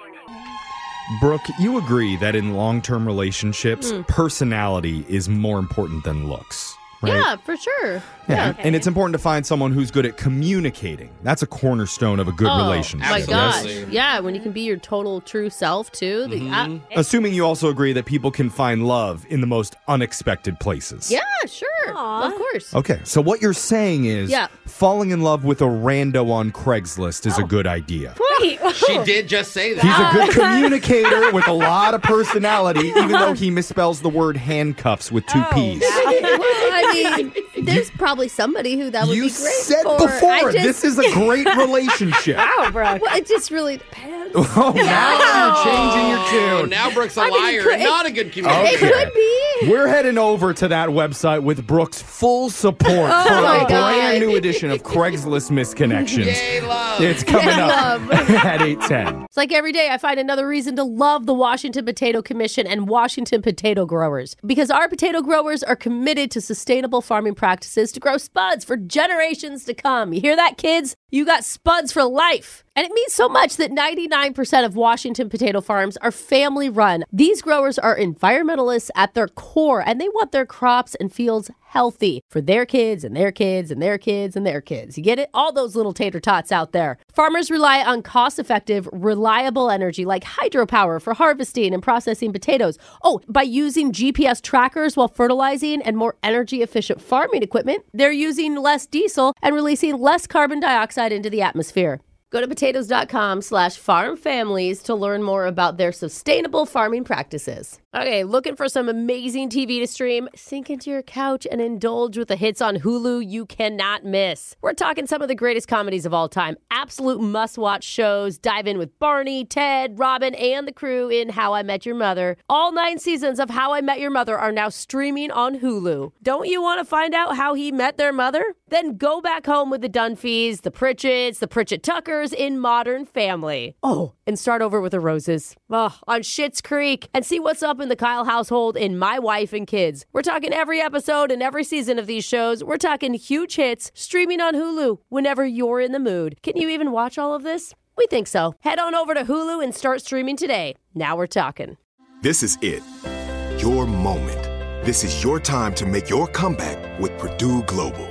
Speaker 4: Brooke, you agree that in long term relationships,
Speaker 1: Hmm.
Speaker 4: personality is more important than looks, right?
Speaker 1: Yeah, for sure.
Speaker 4: Yeah. And it's important to find someone who's good at communicating. That's a cornerstone of a good
Speaker 1: oh,
Speaker 4: relationship.
Speaker 1: My
Speaker 4: yes?
Speaker 1: gosh. Yeah, when you can be your total true self, too.
Speaker 4: Mm-hmm.
Speaker 1: The- I-
Speaker 4: Assuming you also agree that people can find love in the most unexpected places.
Speaker 1: yeah, sure. Of course.
Speaker 4: Okay, so what you're saying is
Speaker 1: Yeah. Oh.
Speaker 4: falling in love with a rando on Craigslist is a good idea.
Speaker 3: she did just say that.
Speaker 4: He's a good communicator with a lot of personality, even though he misspells the word handcuffs with two
Speaker 1: Oh.
Speaker 4: P's.
Speaker 1: well, I mean, there's probably somebody who that would be great
Speaker 4: said
Speaker 1: for. I
Speaker 4: before
Speaker 1: just-
Speaker 4: this is a great relationship.
Speaker 1: bro. Well, it just really depends.
Speaker 4: Oh, now you're changing your tune.
Speaker 3: Now Brooke's a
Speaker 1: I mean,
Speaker 3: liar,
Speaker 1: could-
Speaker 3: and not a good communicator.
Speaker 4: Okay. We're heading over to that website with Brooke's full support
Speaker 3: Oh
Speaker 4: for
Speaker 3: my God.
Speaker 4: a brand new edition of Craigslist Misconnections.
Speaker 1: Yay, love.
Speaker 4: It's coming
Speaker 1: Yay,
Speaker 4: up
Speaker 1: love.
Speaker 4: at 810.
Speaker 1: It's like every day I find another reason to love the Washington Potato Commission and Washington potato growers because our potato growers are committed to sustainable farming practices to grow spuds for generations to come. You hear that, kids? You got spuds for life. And it means so much that 99% of Washington potato farms are family run. These growers are environmentalists at their core and they want their crops and fields healthy for their kids and their kids and their kids and their kids. You get it? All those little tater tots out there. Farmers rely on cost effective, reliable energy like hydropower for harvesting and processing potatoes. Oh, by using GPS trackers while fertilizing and more energy efficient farming equipment, they're using less diesel and releasing less carbon dioxide into the atmosphere. Go to potatoes.com slash farm families to learn more about their sustainable farming practices. Okay, looking for some amazing TV to stream? Sink into your couch and indulge with the hits on Hulu you cannot miss. We're talking some of the greatest comedies of all time, absolute must watch shows. Dive in with Barney, Ted, Robin, and the crew in How I Met Your Mother. All nine seasons of How I Met Your Mother are now streaming on Hulu. Don't you want to find out how he met their mother? Then go back home with the Dunphys, the Pritchett's, the Pritchett Tuckers in Modern Family. Oh, and start over with the Roses. Ugh, on Schitt's Creek and see what's up in the Kyle household in My Wife and Kids. We're talking every episode and every season of these shows. We're talking huge hits streaming on Hulu whenever you're in the mood. Can you even watch all of this? We think so. Head on over to Hulu and start streaming today. Now we're talking.
Speaker 9: This is it. Your moment. This is your time to make your comeback with Purdue Global.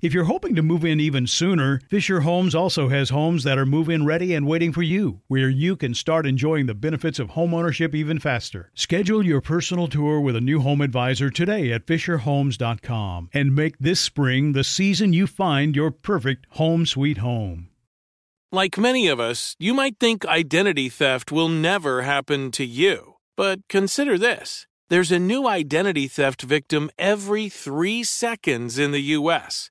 Speaker 20: If you're hoping to move in even sooner, Fisher Homes also has homes that are move in ready and waiting for you, where you can start enjoying the benefits of homeownership even faster. Schedule your personal tour with a new home advisor today at FisherHomes.com and make this spring the season you find your perfect home sweet home.
Speaker 8: Like many of us, you might think identity theft will never happen to you. But consider this there's a new identity theft victim every three seconds in the U.S.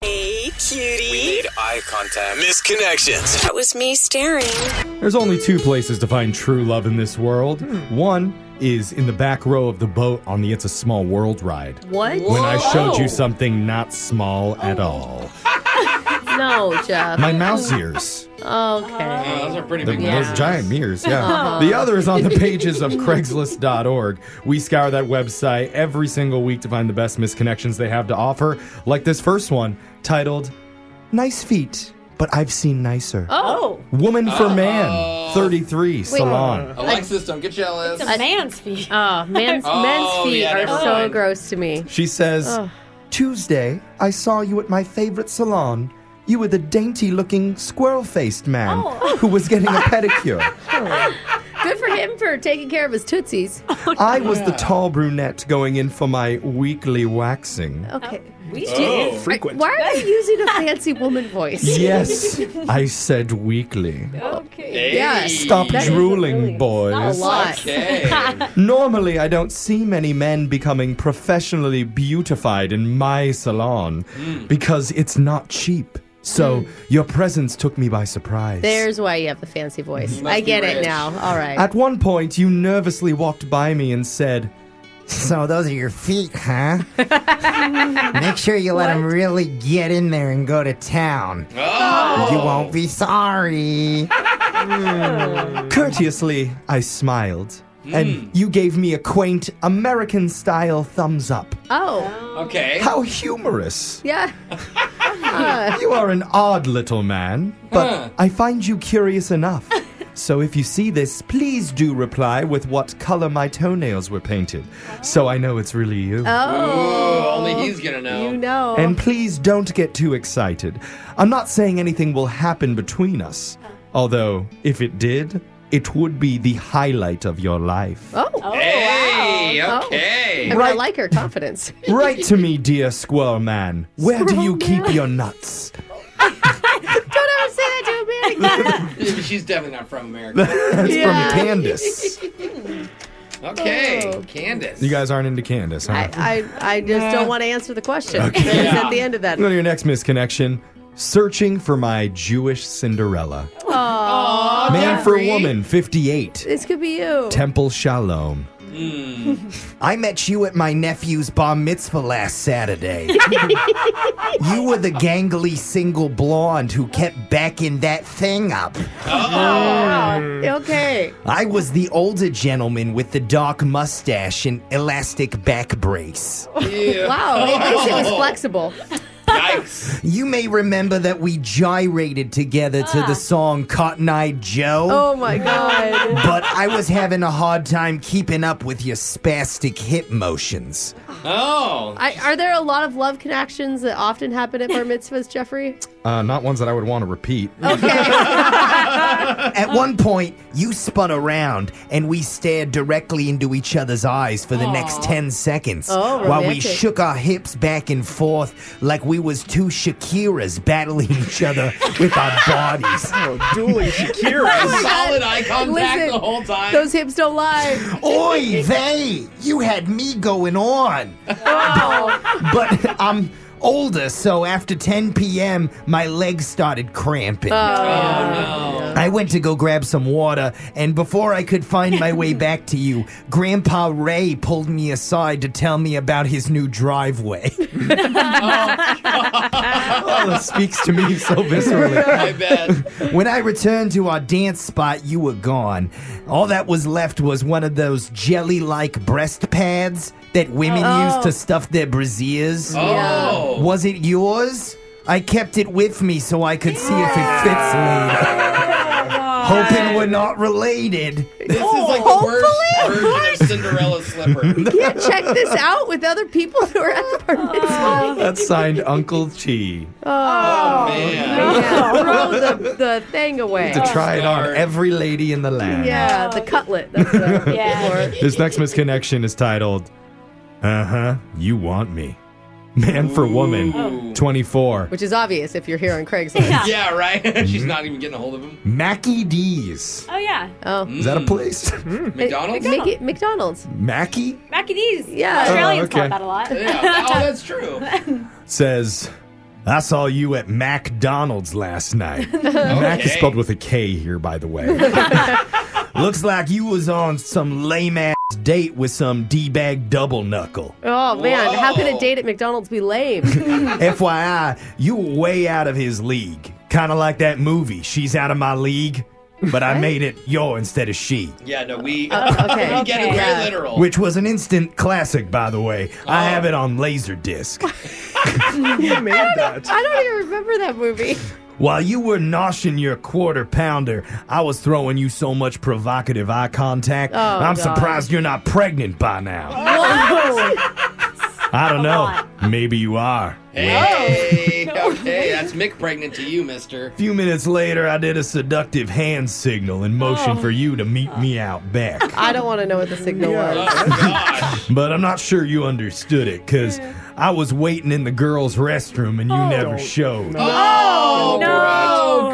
Speaker 21: Hey,
Speaker 22: We
Speaker 21: cutie.
Speaker 22: made eye contact.
Speaker 21: Misconnections. That was me staring.
Speaker 4: There's only two places to find true love in this world.
Speaker 1: Hmm.
Speaker 4: One is in the back row of the boat on the It's a Small World ride.
Speaker 1: What?
Speaker 4: When I showed
Speaker 1: Whoa.
Speaker 4: you something not small at all.
Speaker 1: No, Jeff.
Speaker 4: My mouse ears.
Speaker 1: Okay.
Speaker 3: those are pretty
Speaker 4: The-
Speaker 3: big. Uh-huh.
Speaker 4: Those giant mirrors, yeah.
Speaker 1: Aw.
Speaker 4: the other is on the pages of Craigslist.org. We scour that website every single week to find the best misconnections they have to offer, like this first one titled Nice Feet, but I've seen nicer.
Speaker 1: Oh.
Speaker 4: Woman for
Speaker 3: Uh-oh.
Speaker 4: Man, 33, Salon.
Speaker 3: Alexis, don't get jealous.
Speaker 2: It's a man's feet. Oh,
Speaker 1: man's-
Speaker 3: Oh,
Speaker 1: men's feet
Speaker 3: yeah,
Speaker 1: are
Speaker 3: never
Speaker 1: so
Speaker 3: mind.
Speaker 1: gross to me.
Speaker 4: She says,
Speaker 1: Ugh.
Speaker 11: Tuesday, I saw you at my favorite salon. You were the dainty looking squirrel faced man who was getting a pedicure.
Speaker 1: Good for him for taking care of his tootsies.
Speaker 11: I was the tall brunette going in for my weekly waxing.
Speaker 1: Okay. We
Speaker 11: Oh. Frequent.
Speaker 1: Why are you using a fancy woman voice?
Speaker 11: Yes, I said weekly.
Speaker 1: Okay.
Speaker 11: Stop drooling, boys. Normally, I don't see many men becoming professionally beautified in my salon because it's not cheap.
Speaker 4: So your presence took me by surprise.
Speaker 1: There's why you have the fancy voice. I get it now. All right.
Speaker 4: At one point, you nervously walked by me and said, So those are your feet, huh?
Speaker 7: Make sure you let him really get in there and go to town.
Speaker 4: Oh.
Speaker 7: You won't be sorry.
Speaker 4: Courteously, I smiled, and you gave me a quaint American style thumbs up.
Speaker 1: oh.
Speaker 3: Okay.
Speaker 4: How humorous.
Speaker 1: Yeah.
Speaker 4: You are an odd little man, but
Speaker 1: Huh.
Speaker 4: I find you curious enough. So if you see this, please do reply with what color my toenails were painted, so I know it's really you.
Speaker 1: Oh.
Speaker 3: only he's gonna know.
Speaker 1: You know.
Speaker 4: And please don't get too excited. I'm not saying anything will happen between us, although if it did, it would be the highlight of your life.
Speaker 1: Oh.
Speaker 3: Hey,
Speaker 1: wow. Oh.
Speaker 3: okay.
Speaker 1: I, mean, I
Speaker 4: Right.
Speaker 1: like her confidence.
Speaker 4: Write to me, dear squirrel man. Where do you keep your nuts?
Speaker 1: Don't ever say that to a man again.
Speaker 3: She's definitely not from America.
Speaker 4: That's from Candace.
Speaker 3: Okay,
Speaker 1: Oh.
Speaker 3: Candace.
Speaker 4: You guys aren't into Candace, huh?
Speaker 1: I, I just don't want to answer the question.
Speaker 4: Okay.
Speaker 1: That is at the end of that.
Speaker 4: Go to your next misconnection. Searching for my Jewish Cinderella.
Speaker 1: Aww.
Speaker 4: Man for woman, 58.
Speaker 1: This could be you.
Speaker 4: Temple Shalom.
Speaker 3: Hmm.
Speaker 7: I met you at my nephew's bar mitzvah last Saturday. you were the gangly single blonde who kept backing that thing up.
Speaker 1: Oh, Okay.
Speaker 7: I was the older gentleman with the dark mustache and elastic back brace.
Speaker 1: Wow. At least it was flexible.
Speaker 7: You may remember that we gyrated together to the song Cotton Eye Joe.
Speaker 1: Ah. Oh my god.
Speaker 7: But I was having a hard time keeping up with your spastic hip motions.
Speaker 3: Oh.
Speaker 1: I, are there a lot of love connections that often happen at bar mitzvahs, Jeffrey?
Speaker 4: Uh, not ones that I would want to repeat.
Speaker 7: At one point, you spun around and we stared directly into each other's eyes for the next 10 seconds Oh, while we romantic. shook our hips back and forth like we was two Shakiras battling each other with our bodies. Oh,
Speaker 4: dueling
Speaker 3: Solid eye contact
Speaker 1: Oh Listen,
Speaker 3: the whole time.
Speaker 1: Those hips don't lie.
Speaker 7: Oi, they! You had me going on.
Speaker 1: Oh.
Speaker 7: But I'm older, so after 10 p.m., my legs started
Speaker 1: Oh.
Speaker 7: cramping.
Speaker 3: Oh,
Speaker 7: I went to go grab some water, and before I could find my way back to you, Grandpa Ray pulled me aside to tell me about his new driveway.
Speaker 4: Oh, this speaks to me so viscerally.
Speaker 3: I bet.
Speaker 7: when I returned to our dance spot, you were gone. All that was left was one of those jelly like breast pads that women
Speaker 1: Oh.
Speaker 7: use to stuff their brassieres.
Speaker 3: Oh.
Speaker 7: Was it yours? I kept it with me so I could see if it fits later. Hoping we're not related.
Speaker 3: Oh, This is like the worst version of Cinderella slipper.
Speaker 1: Can't check this out with other people who are at the bar mitzvah.
Speaker 4: That's signed Uncle Chi.
Speaker 1: Oh, man. Throw the, the thing away.
Speaker 4: To try it on every lady in the land.
Speaker 1: Yeah, the cutlet. That's the
Speaker 6: Yeah.
Speaker 1: word.
Speaker 4: This next misconnection is titled, Uh huh, You Want Me. Man for Woman, 24.
Speaker 1: Which is obvious if you're here on Craigslist.
Speaker 3: Yeah, right? She's not even getting a hold of him.
Speaker 4: Mackie Mm-hmm. E-, D's.
Speaker 6: Oh yeah,
Speaker 1: Oh.
Speaker 4: Is that a place?
Speaker 3: Mm.
Speaker 4: E
Speaker 3: McDonald's?
Speaker 1: Make it- McDonald's.
Speaker 4: Mackie
Speaker 6: mac and cheese.
Speaker 1: Yeah.
Speaker 6: Australians
Speaker 4: Oh, okay.
Speaker 6: call it that a lot.
Speaker 3: Yeah. Oh, that's true.
Speaker 4: says, I saw you at McDonald's last night. Mac is spelled with a K here, by the way.
Speaker 7: Looks like you was on some lame ass date with some D bag double knuckle.
Speaker 1: Oh, man. How can a date at McDonald's be lame?
Speaker 7: FYI, you were way out of his league. Kind of like that movie, She's Out of My League, but I made it your instead of she.
Speaker 3: Yeah, no, we,
Speaker 1: Oh, Uh, okay.
Speaker 3: we get it
Speaker 1: Okay.
Speaker 3: very
Speaker 1: Yeah.
Speaker 3: literal.
Speaker 7: Which was an instant classic, by the way. I have it on Laserdisc.
Speaker 4: you made that.
Speaker 1: I don't even remember that movie.
Speaker 7: While you were noshing your quarter pounder, I was throwing you so much provocative eye contact.
Speaker 1: Oh, God.
Speaker 7: I'm surprised you're not pregnant by now. I don't know. Maybe you are.
Speaker 1: Oh.
Speaker 3: Hey, okay, that's Mick pregnant to you, mister.
Speaker 7: A few minutes later, I did a seductive hand signal and motion
Speaker 1: Oh.
Speaker 7: for you to meet me out back.
Speaker 1: I don't want to know what the signal was.
Speaker 7: but I'm not sure you understood it because I was waiting in the girls' restroom and you never showed.
Speaker 3: Oh,
Speaker 6: No.
Speaker 3: no.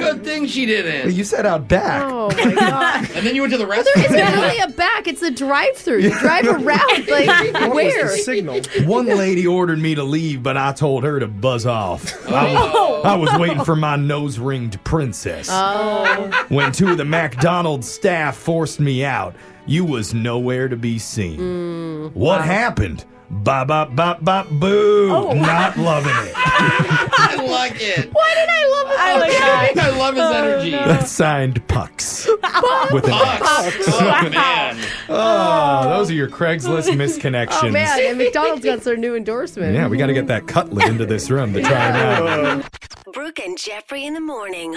Speaker 3: Good thing she didn't.
Speaker 4: You said out back.
Speaker 1: Oh, my God.
Speaker 3: And then you went to the
Speaker 1: It's not
Speaker 3: restroom.
Speaker 1: really a back, it's a drive through. You drive around, like, where?
Speaker 4: signal?
Speaker 7: One lady ordered me to leave, but I told her to buzz off. I was,
Speaker 4: I was waiting for my nose ringed princess.
Speaker 1: Oh.
Speaker 4: When two of the McDonald's staff forced me out, you was nowhere to be seen.
Speaker 1: Hmm.
Speaker 4: what happened? Bop, bop, bop, bop, boo. Not loving it.
Speaker 3: I like it.
Speaker 1: Why did I love Oh,
Speaker 3: I think I love his energy.
Speaker 4: That's signed Pucks. With an X.
Speaker 3: Oh, man.
Speaker 4: Oh, those are your Craigslist misconnections.
Speaker 1: Oh man, and McDonald's got their new endorsement.
Speaker 4: Yeah, we got to get that cutlet into this room to try it out.
Speaker 18: Brooke and Jeffrey in the morning.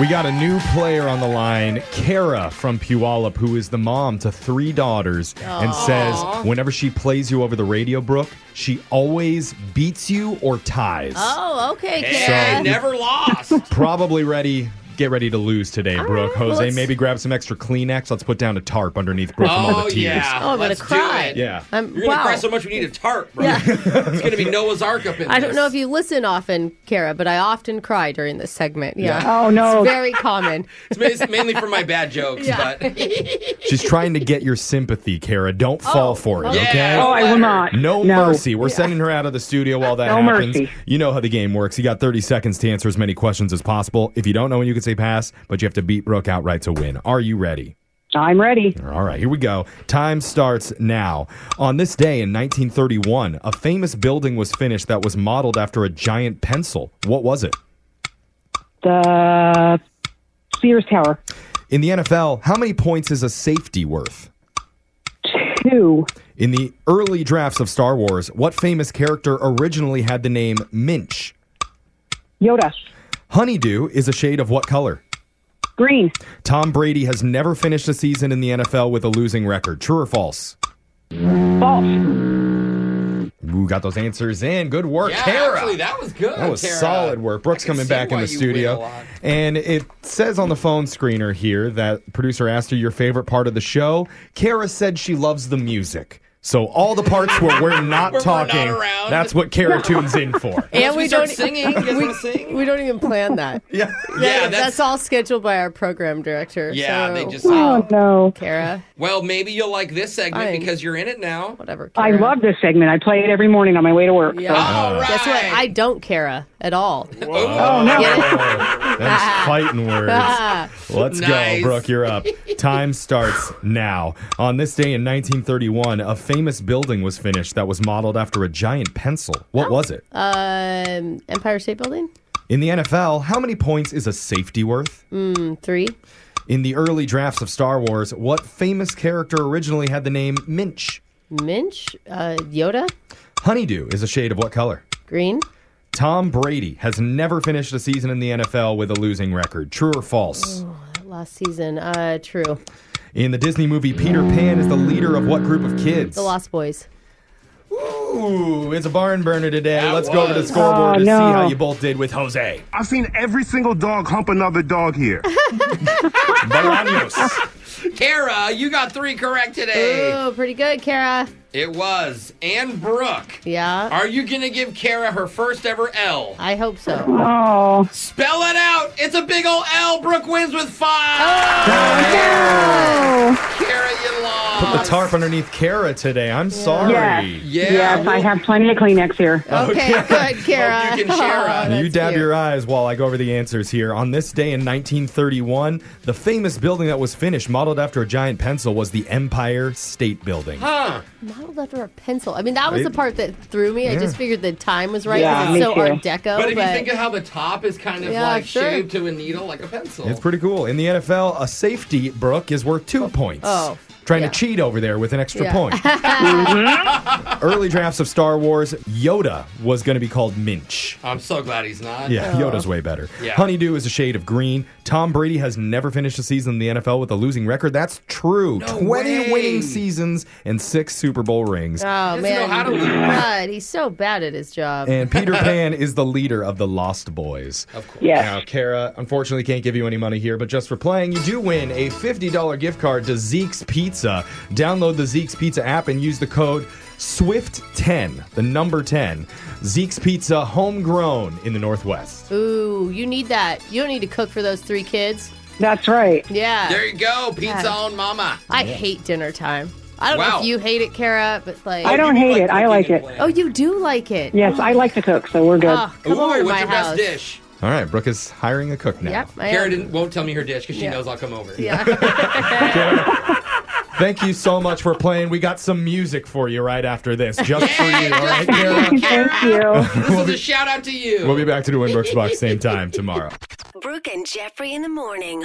Speaker 4: We got a new player on the line, Kara from Puyallup, who is the mom to three daughters, and
Speaker 12: Aw.
Speaker 4: says whenever she plays you over the radio, Brooke, she always beats you or ties.
Speaker 1: Oh, okay,
Speaker 4: Hey,
Speaker 1: Kara.
Speaker 4: I never
Speaker 3: lost.
Speaker 4: Probably ready. Get ready to lose today, Brooke.
Speaker 1: well,
Speaker 4: Jose,
Speaker 1: let's-
Speaker 4: maybe grab some extra Kleenex. Let's put down a tarp underneath Brooke from all
Speaker 3: Oh,
Speaker 4: the tears.
Speaker 3: yeah.
Speaker 1: Oh, I'm gonna
Speaker 3: Let's do
Speaker 1: cry.
Speaker 3: it.
Speaker 4: Yeah.
Speaker 1: I'm,
Speaker 3: You're going to
Speaker 1: wow.
Speaker 3: cry so much we need a tarp, bro. it's going to be Noah's Ark up in
Speaker 1: I don't
Speaker 3: this.
Speaker 1: know if you listen often, Kara, but I often cry during this segment. Yeah.
Speaker 3: Yeah. Oh, no.
Speaker 1: It's very common.
Speaker 3: It's ma- It's mainly for my bad jokes,
Speaker 1: Yeah.
Speaker 3: but
Speaker 4: She's trying to get your sympathy, Kara. Don't
Speaker 1: Oh,
Speaker 4: fall for it,
Speaker 3: okay.
Speaker 4: okay?
Speaker 3: Yeah, Oh, I will let her.
Speaker 14: not.
Speaker 4: No,
Speaker 14: No.
Speaker 4: mercy. We're sending her out of the studio while that
Speaker 14: No
Speaker 4: happens.
Speaker 14: mercy.
Speaker 4: You know how the game works. You got 30 seconds to answer as many questions as possible. If you don't know when you can say pass, but you have to beat Brooke outright to win. Are you ready?
Speaker 14: I'm ready.
Speaker 4: All right, here we go. Time starts now. On this day in 1931, a famous building was finished that was modeled after a giant pencil. What was it?
Speaker 14: The Sears Tower.
Speaker 4: In the NFL, how many points is a safety worth?
Speaker 14: Two.
Speaker 4: In the early drafts of Star Wars, what famous character originally had the name Minch?
Speaker 14: Yoda.
Speaker 4: Honeydew is a shade of what color?
Speaker 14: Green.
Speaker 4: Tom Brady has never finished a season in the NFL with a losing record. True or false? Ooh, got those answers in. Good work,
Speaker 3: yeah,
Speaker 4: Kara.
Speaker 3: actually, that was good.
Speaker 4: That was
Speaker 3: Kara.
Speaker 4: solid work. Brooke's coming
Speaker 3: see
Speaker 4: back in
Speaker 3: why
Speaker 4: the
Speaker 3: you win a
Speaker 4: studio.
Speaker 3: lot.
Speaker 4: And it says on the phone screener here that producer asked her your favorite part of the show. Kara said she loves the music. So all the parts where we're not talking, that's what Kara tunes in for.
Speaker 1: And we don't e-,
Speaker 3: singing, you guys
Speaker 1: we,
Speaker 3: wanna sing?
Speaker 1: we don't even plan that.
Speaker 4: yeah.
Speaker 1: Yeah, that's,
Speaker 3: that's-
Speaker 1: all scheduled by our program director.
Speaker 3: Yeah,
Speaker 1: so-
Speaker 3: they just- Oh,
Speaker 14: no.
Speaker 1: Kara.
Speaker 3: Well, maybe you'll like this segment because you're in it now.
Speaker 1: Whatever.
Speaker 14: I love this segment. I play it every morning on my way to work.
Speaker 1: Yeah.
Speaker 4: Ah.
Speaker 14: so-
Speaker 1: Guess what? I don't Kara at all.
Speaker 4: Oh, no. That's fighting
Speaker 1: Ah.
Speaker 4: words. Let's
Speaker 1: Nice.
Speaker 4: go, Brooke. You're up. Time starts now. On this day in 1931, a famous building was finished that was modeled after a giant pencil. What was it?
Speaker 1: Um, Empire State Building?
Speaker 4: In the NFL, how many points is a safety worth?
Speaker 1: Mm, three.
Speaker 4: In the early drafts of Star Wars, what famous character originally had the name Minch?
Speaker 1: Minch? Uh, Yoda?
Speaker 4: Honeydew is a shade of what color?
Speaker 1: Green?
Speaker 4: Tom Brady has never finished a season in the NFL with a losing record. True or false?
Speaker 1: Last season. Uh, true.
Speaker 4: In the Disney movie, Peter Pan is the leader of what group of kids?
Speaker 1: The Lost Boys.
Speaker 4: Ooh, it's a barn burner today. Let's go over to the
Speaker 23: was. Oh,
Speaker 4: scoreboard to
Speaker 23: no.
Speaker 4: see how you both did with Jose.
Speaker 23: I've seen every single dog hump another dog here.
Speaker 4: Bolaños.
Speaker 3: Kara, you got three correct today.
Speaker 1: Ooh, pretty good, Kara.
Speaker 3: It was. And Brooke,
Speaker 1: Yeah.
Speaker 3: are you going to give Kara her first ever L?
Speaker 1: I hope so.
Speaker 14: Oh.
Speaker 3: Spell it out. It's a big old L. Brooke wins with five.
Speaker 1: Oh,
Speaker 3: Kara, you lost.
Speaker 4: Put the tarp underneath Kara today. I'm sorry.
Speaker 14: Yes. Yes, I have plenty of Kleenex here.
Speaker 1: Okay, good, Kara.
Speaker 3: you can share
Speaker 1: Oh,
Speaker 4: Uh, you
Speaker 1: that's
Speaker 4: dab
Speaker 1: cute.
Speaker 4: your eyes while I go over the answers here. On this day in 1931, the famous building that was finished, modeled after a giant pencil, was the Empire State Building.
Speaker 1: Huh. Modeled after a pencil. I mean, that was
Speaker 4: Right?
Speaker 1: the part that threw me. I
Speaker 4: Yeah.
Speaker 1: just figured the time was right.
Speaker 4: Yeah,
Speaker 1: Yeah,
Speaker 4: me
Speaker 1: so
Speaker 4: too.
Speaker 1: Art Deco.
Speaker 3: But if you think of how the top is kind of
Speaker 1: Yeah,
Speaker 3: like
Speaker 1: sure.
Speaker 3: shaved to a needle, like a pencil.
Speaker 4: It's pretty cool. In the NFL, a safety, Brooke, is worth two points.
Speaker 3: Oh,
Speaker 4: Trying to cheat over there with an extra
Speaker 3: Yeah.
Speaker 4: point. Early drafts of Star Wars, Yoda was going to be called Minch.
Speaker 3: Oh, I'm so glad he's not.
Speaker 4: Yeah, Yoda's way better.
Speaker 3: Yeah.
Speaker 4: Honeydew is a shade of green. Tom Brady has never finished a season in the NFL with a losing record. That's true. 20 winning seasons and six Super Bowl rings.
Speaker 1: Oh man, God, he's so bad at his
Speaker 3: Um,
Speaker 1: job.
Speaker 4: And Peter Pan is the leader of the Lost Boys. Of course.
Speaker 1: Yes.
Speaker 4: Now, Kara, unfortunately can't give you any money here, but just for playing, you do win a $50 gift card to Zeke's Pizza. Download the Zeke's Pizza app and use the code SWIFT10, the number 10. Zeke's Pizza, homegrown in the Northwest.
Speaker 1: Ooh, you need that. You don't need to cook for those three kids.
Speaker 14: That's right.
Speaker 1: Yeah.
Speaker 3: There you go. Pizza
Speaker 1: Yeah.
Speaker 3: on mama.
Speaker 1: I hate dinner time. I don't know
Speaker 14: Wow.
Speaker 1: if you hate it, Kara, but like
Speaker 14: I don't hate it. I like it.
Speaker 1: Oh, you do like it.
Speaker 14: Yes, I like to cook, so we're good.
Speaker 1: Oh, come over to my house.
Speaker 3: dish?
Speaker 4: All right, Brooke is hiring a cook now.
Speaker 1: Yep, I
Speaker 3: Kara
Speaker 1: am.
Speaker 3: didn't, won't tell me her dish because she
Speaker 1: Yeah.
Speaker 3: knows I'll come over.
Speaker 4: Thank you so much for playing. We got some music for you right after this, just for you. All right, Kara?
Speaker 14: Thank you.
Speaker 3: This is a shout out to you.
Speaker 4: We'll be back to doing Brooks Box same time tomorrow.
Speaker 18: Brooke and Jeffrey in the morning.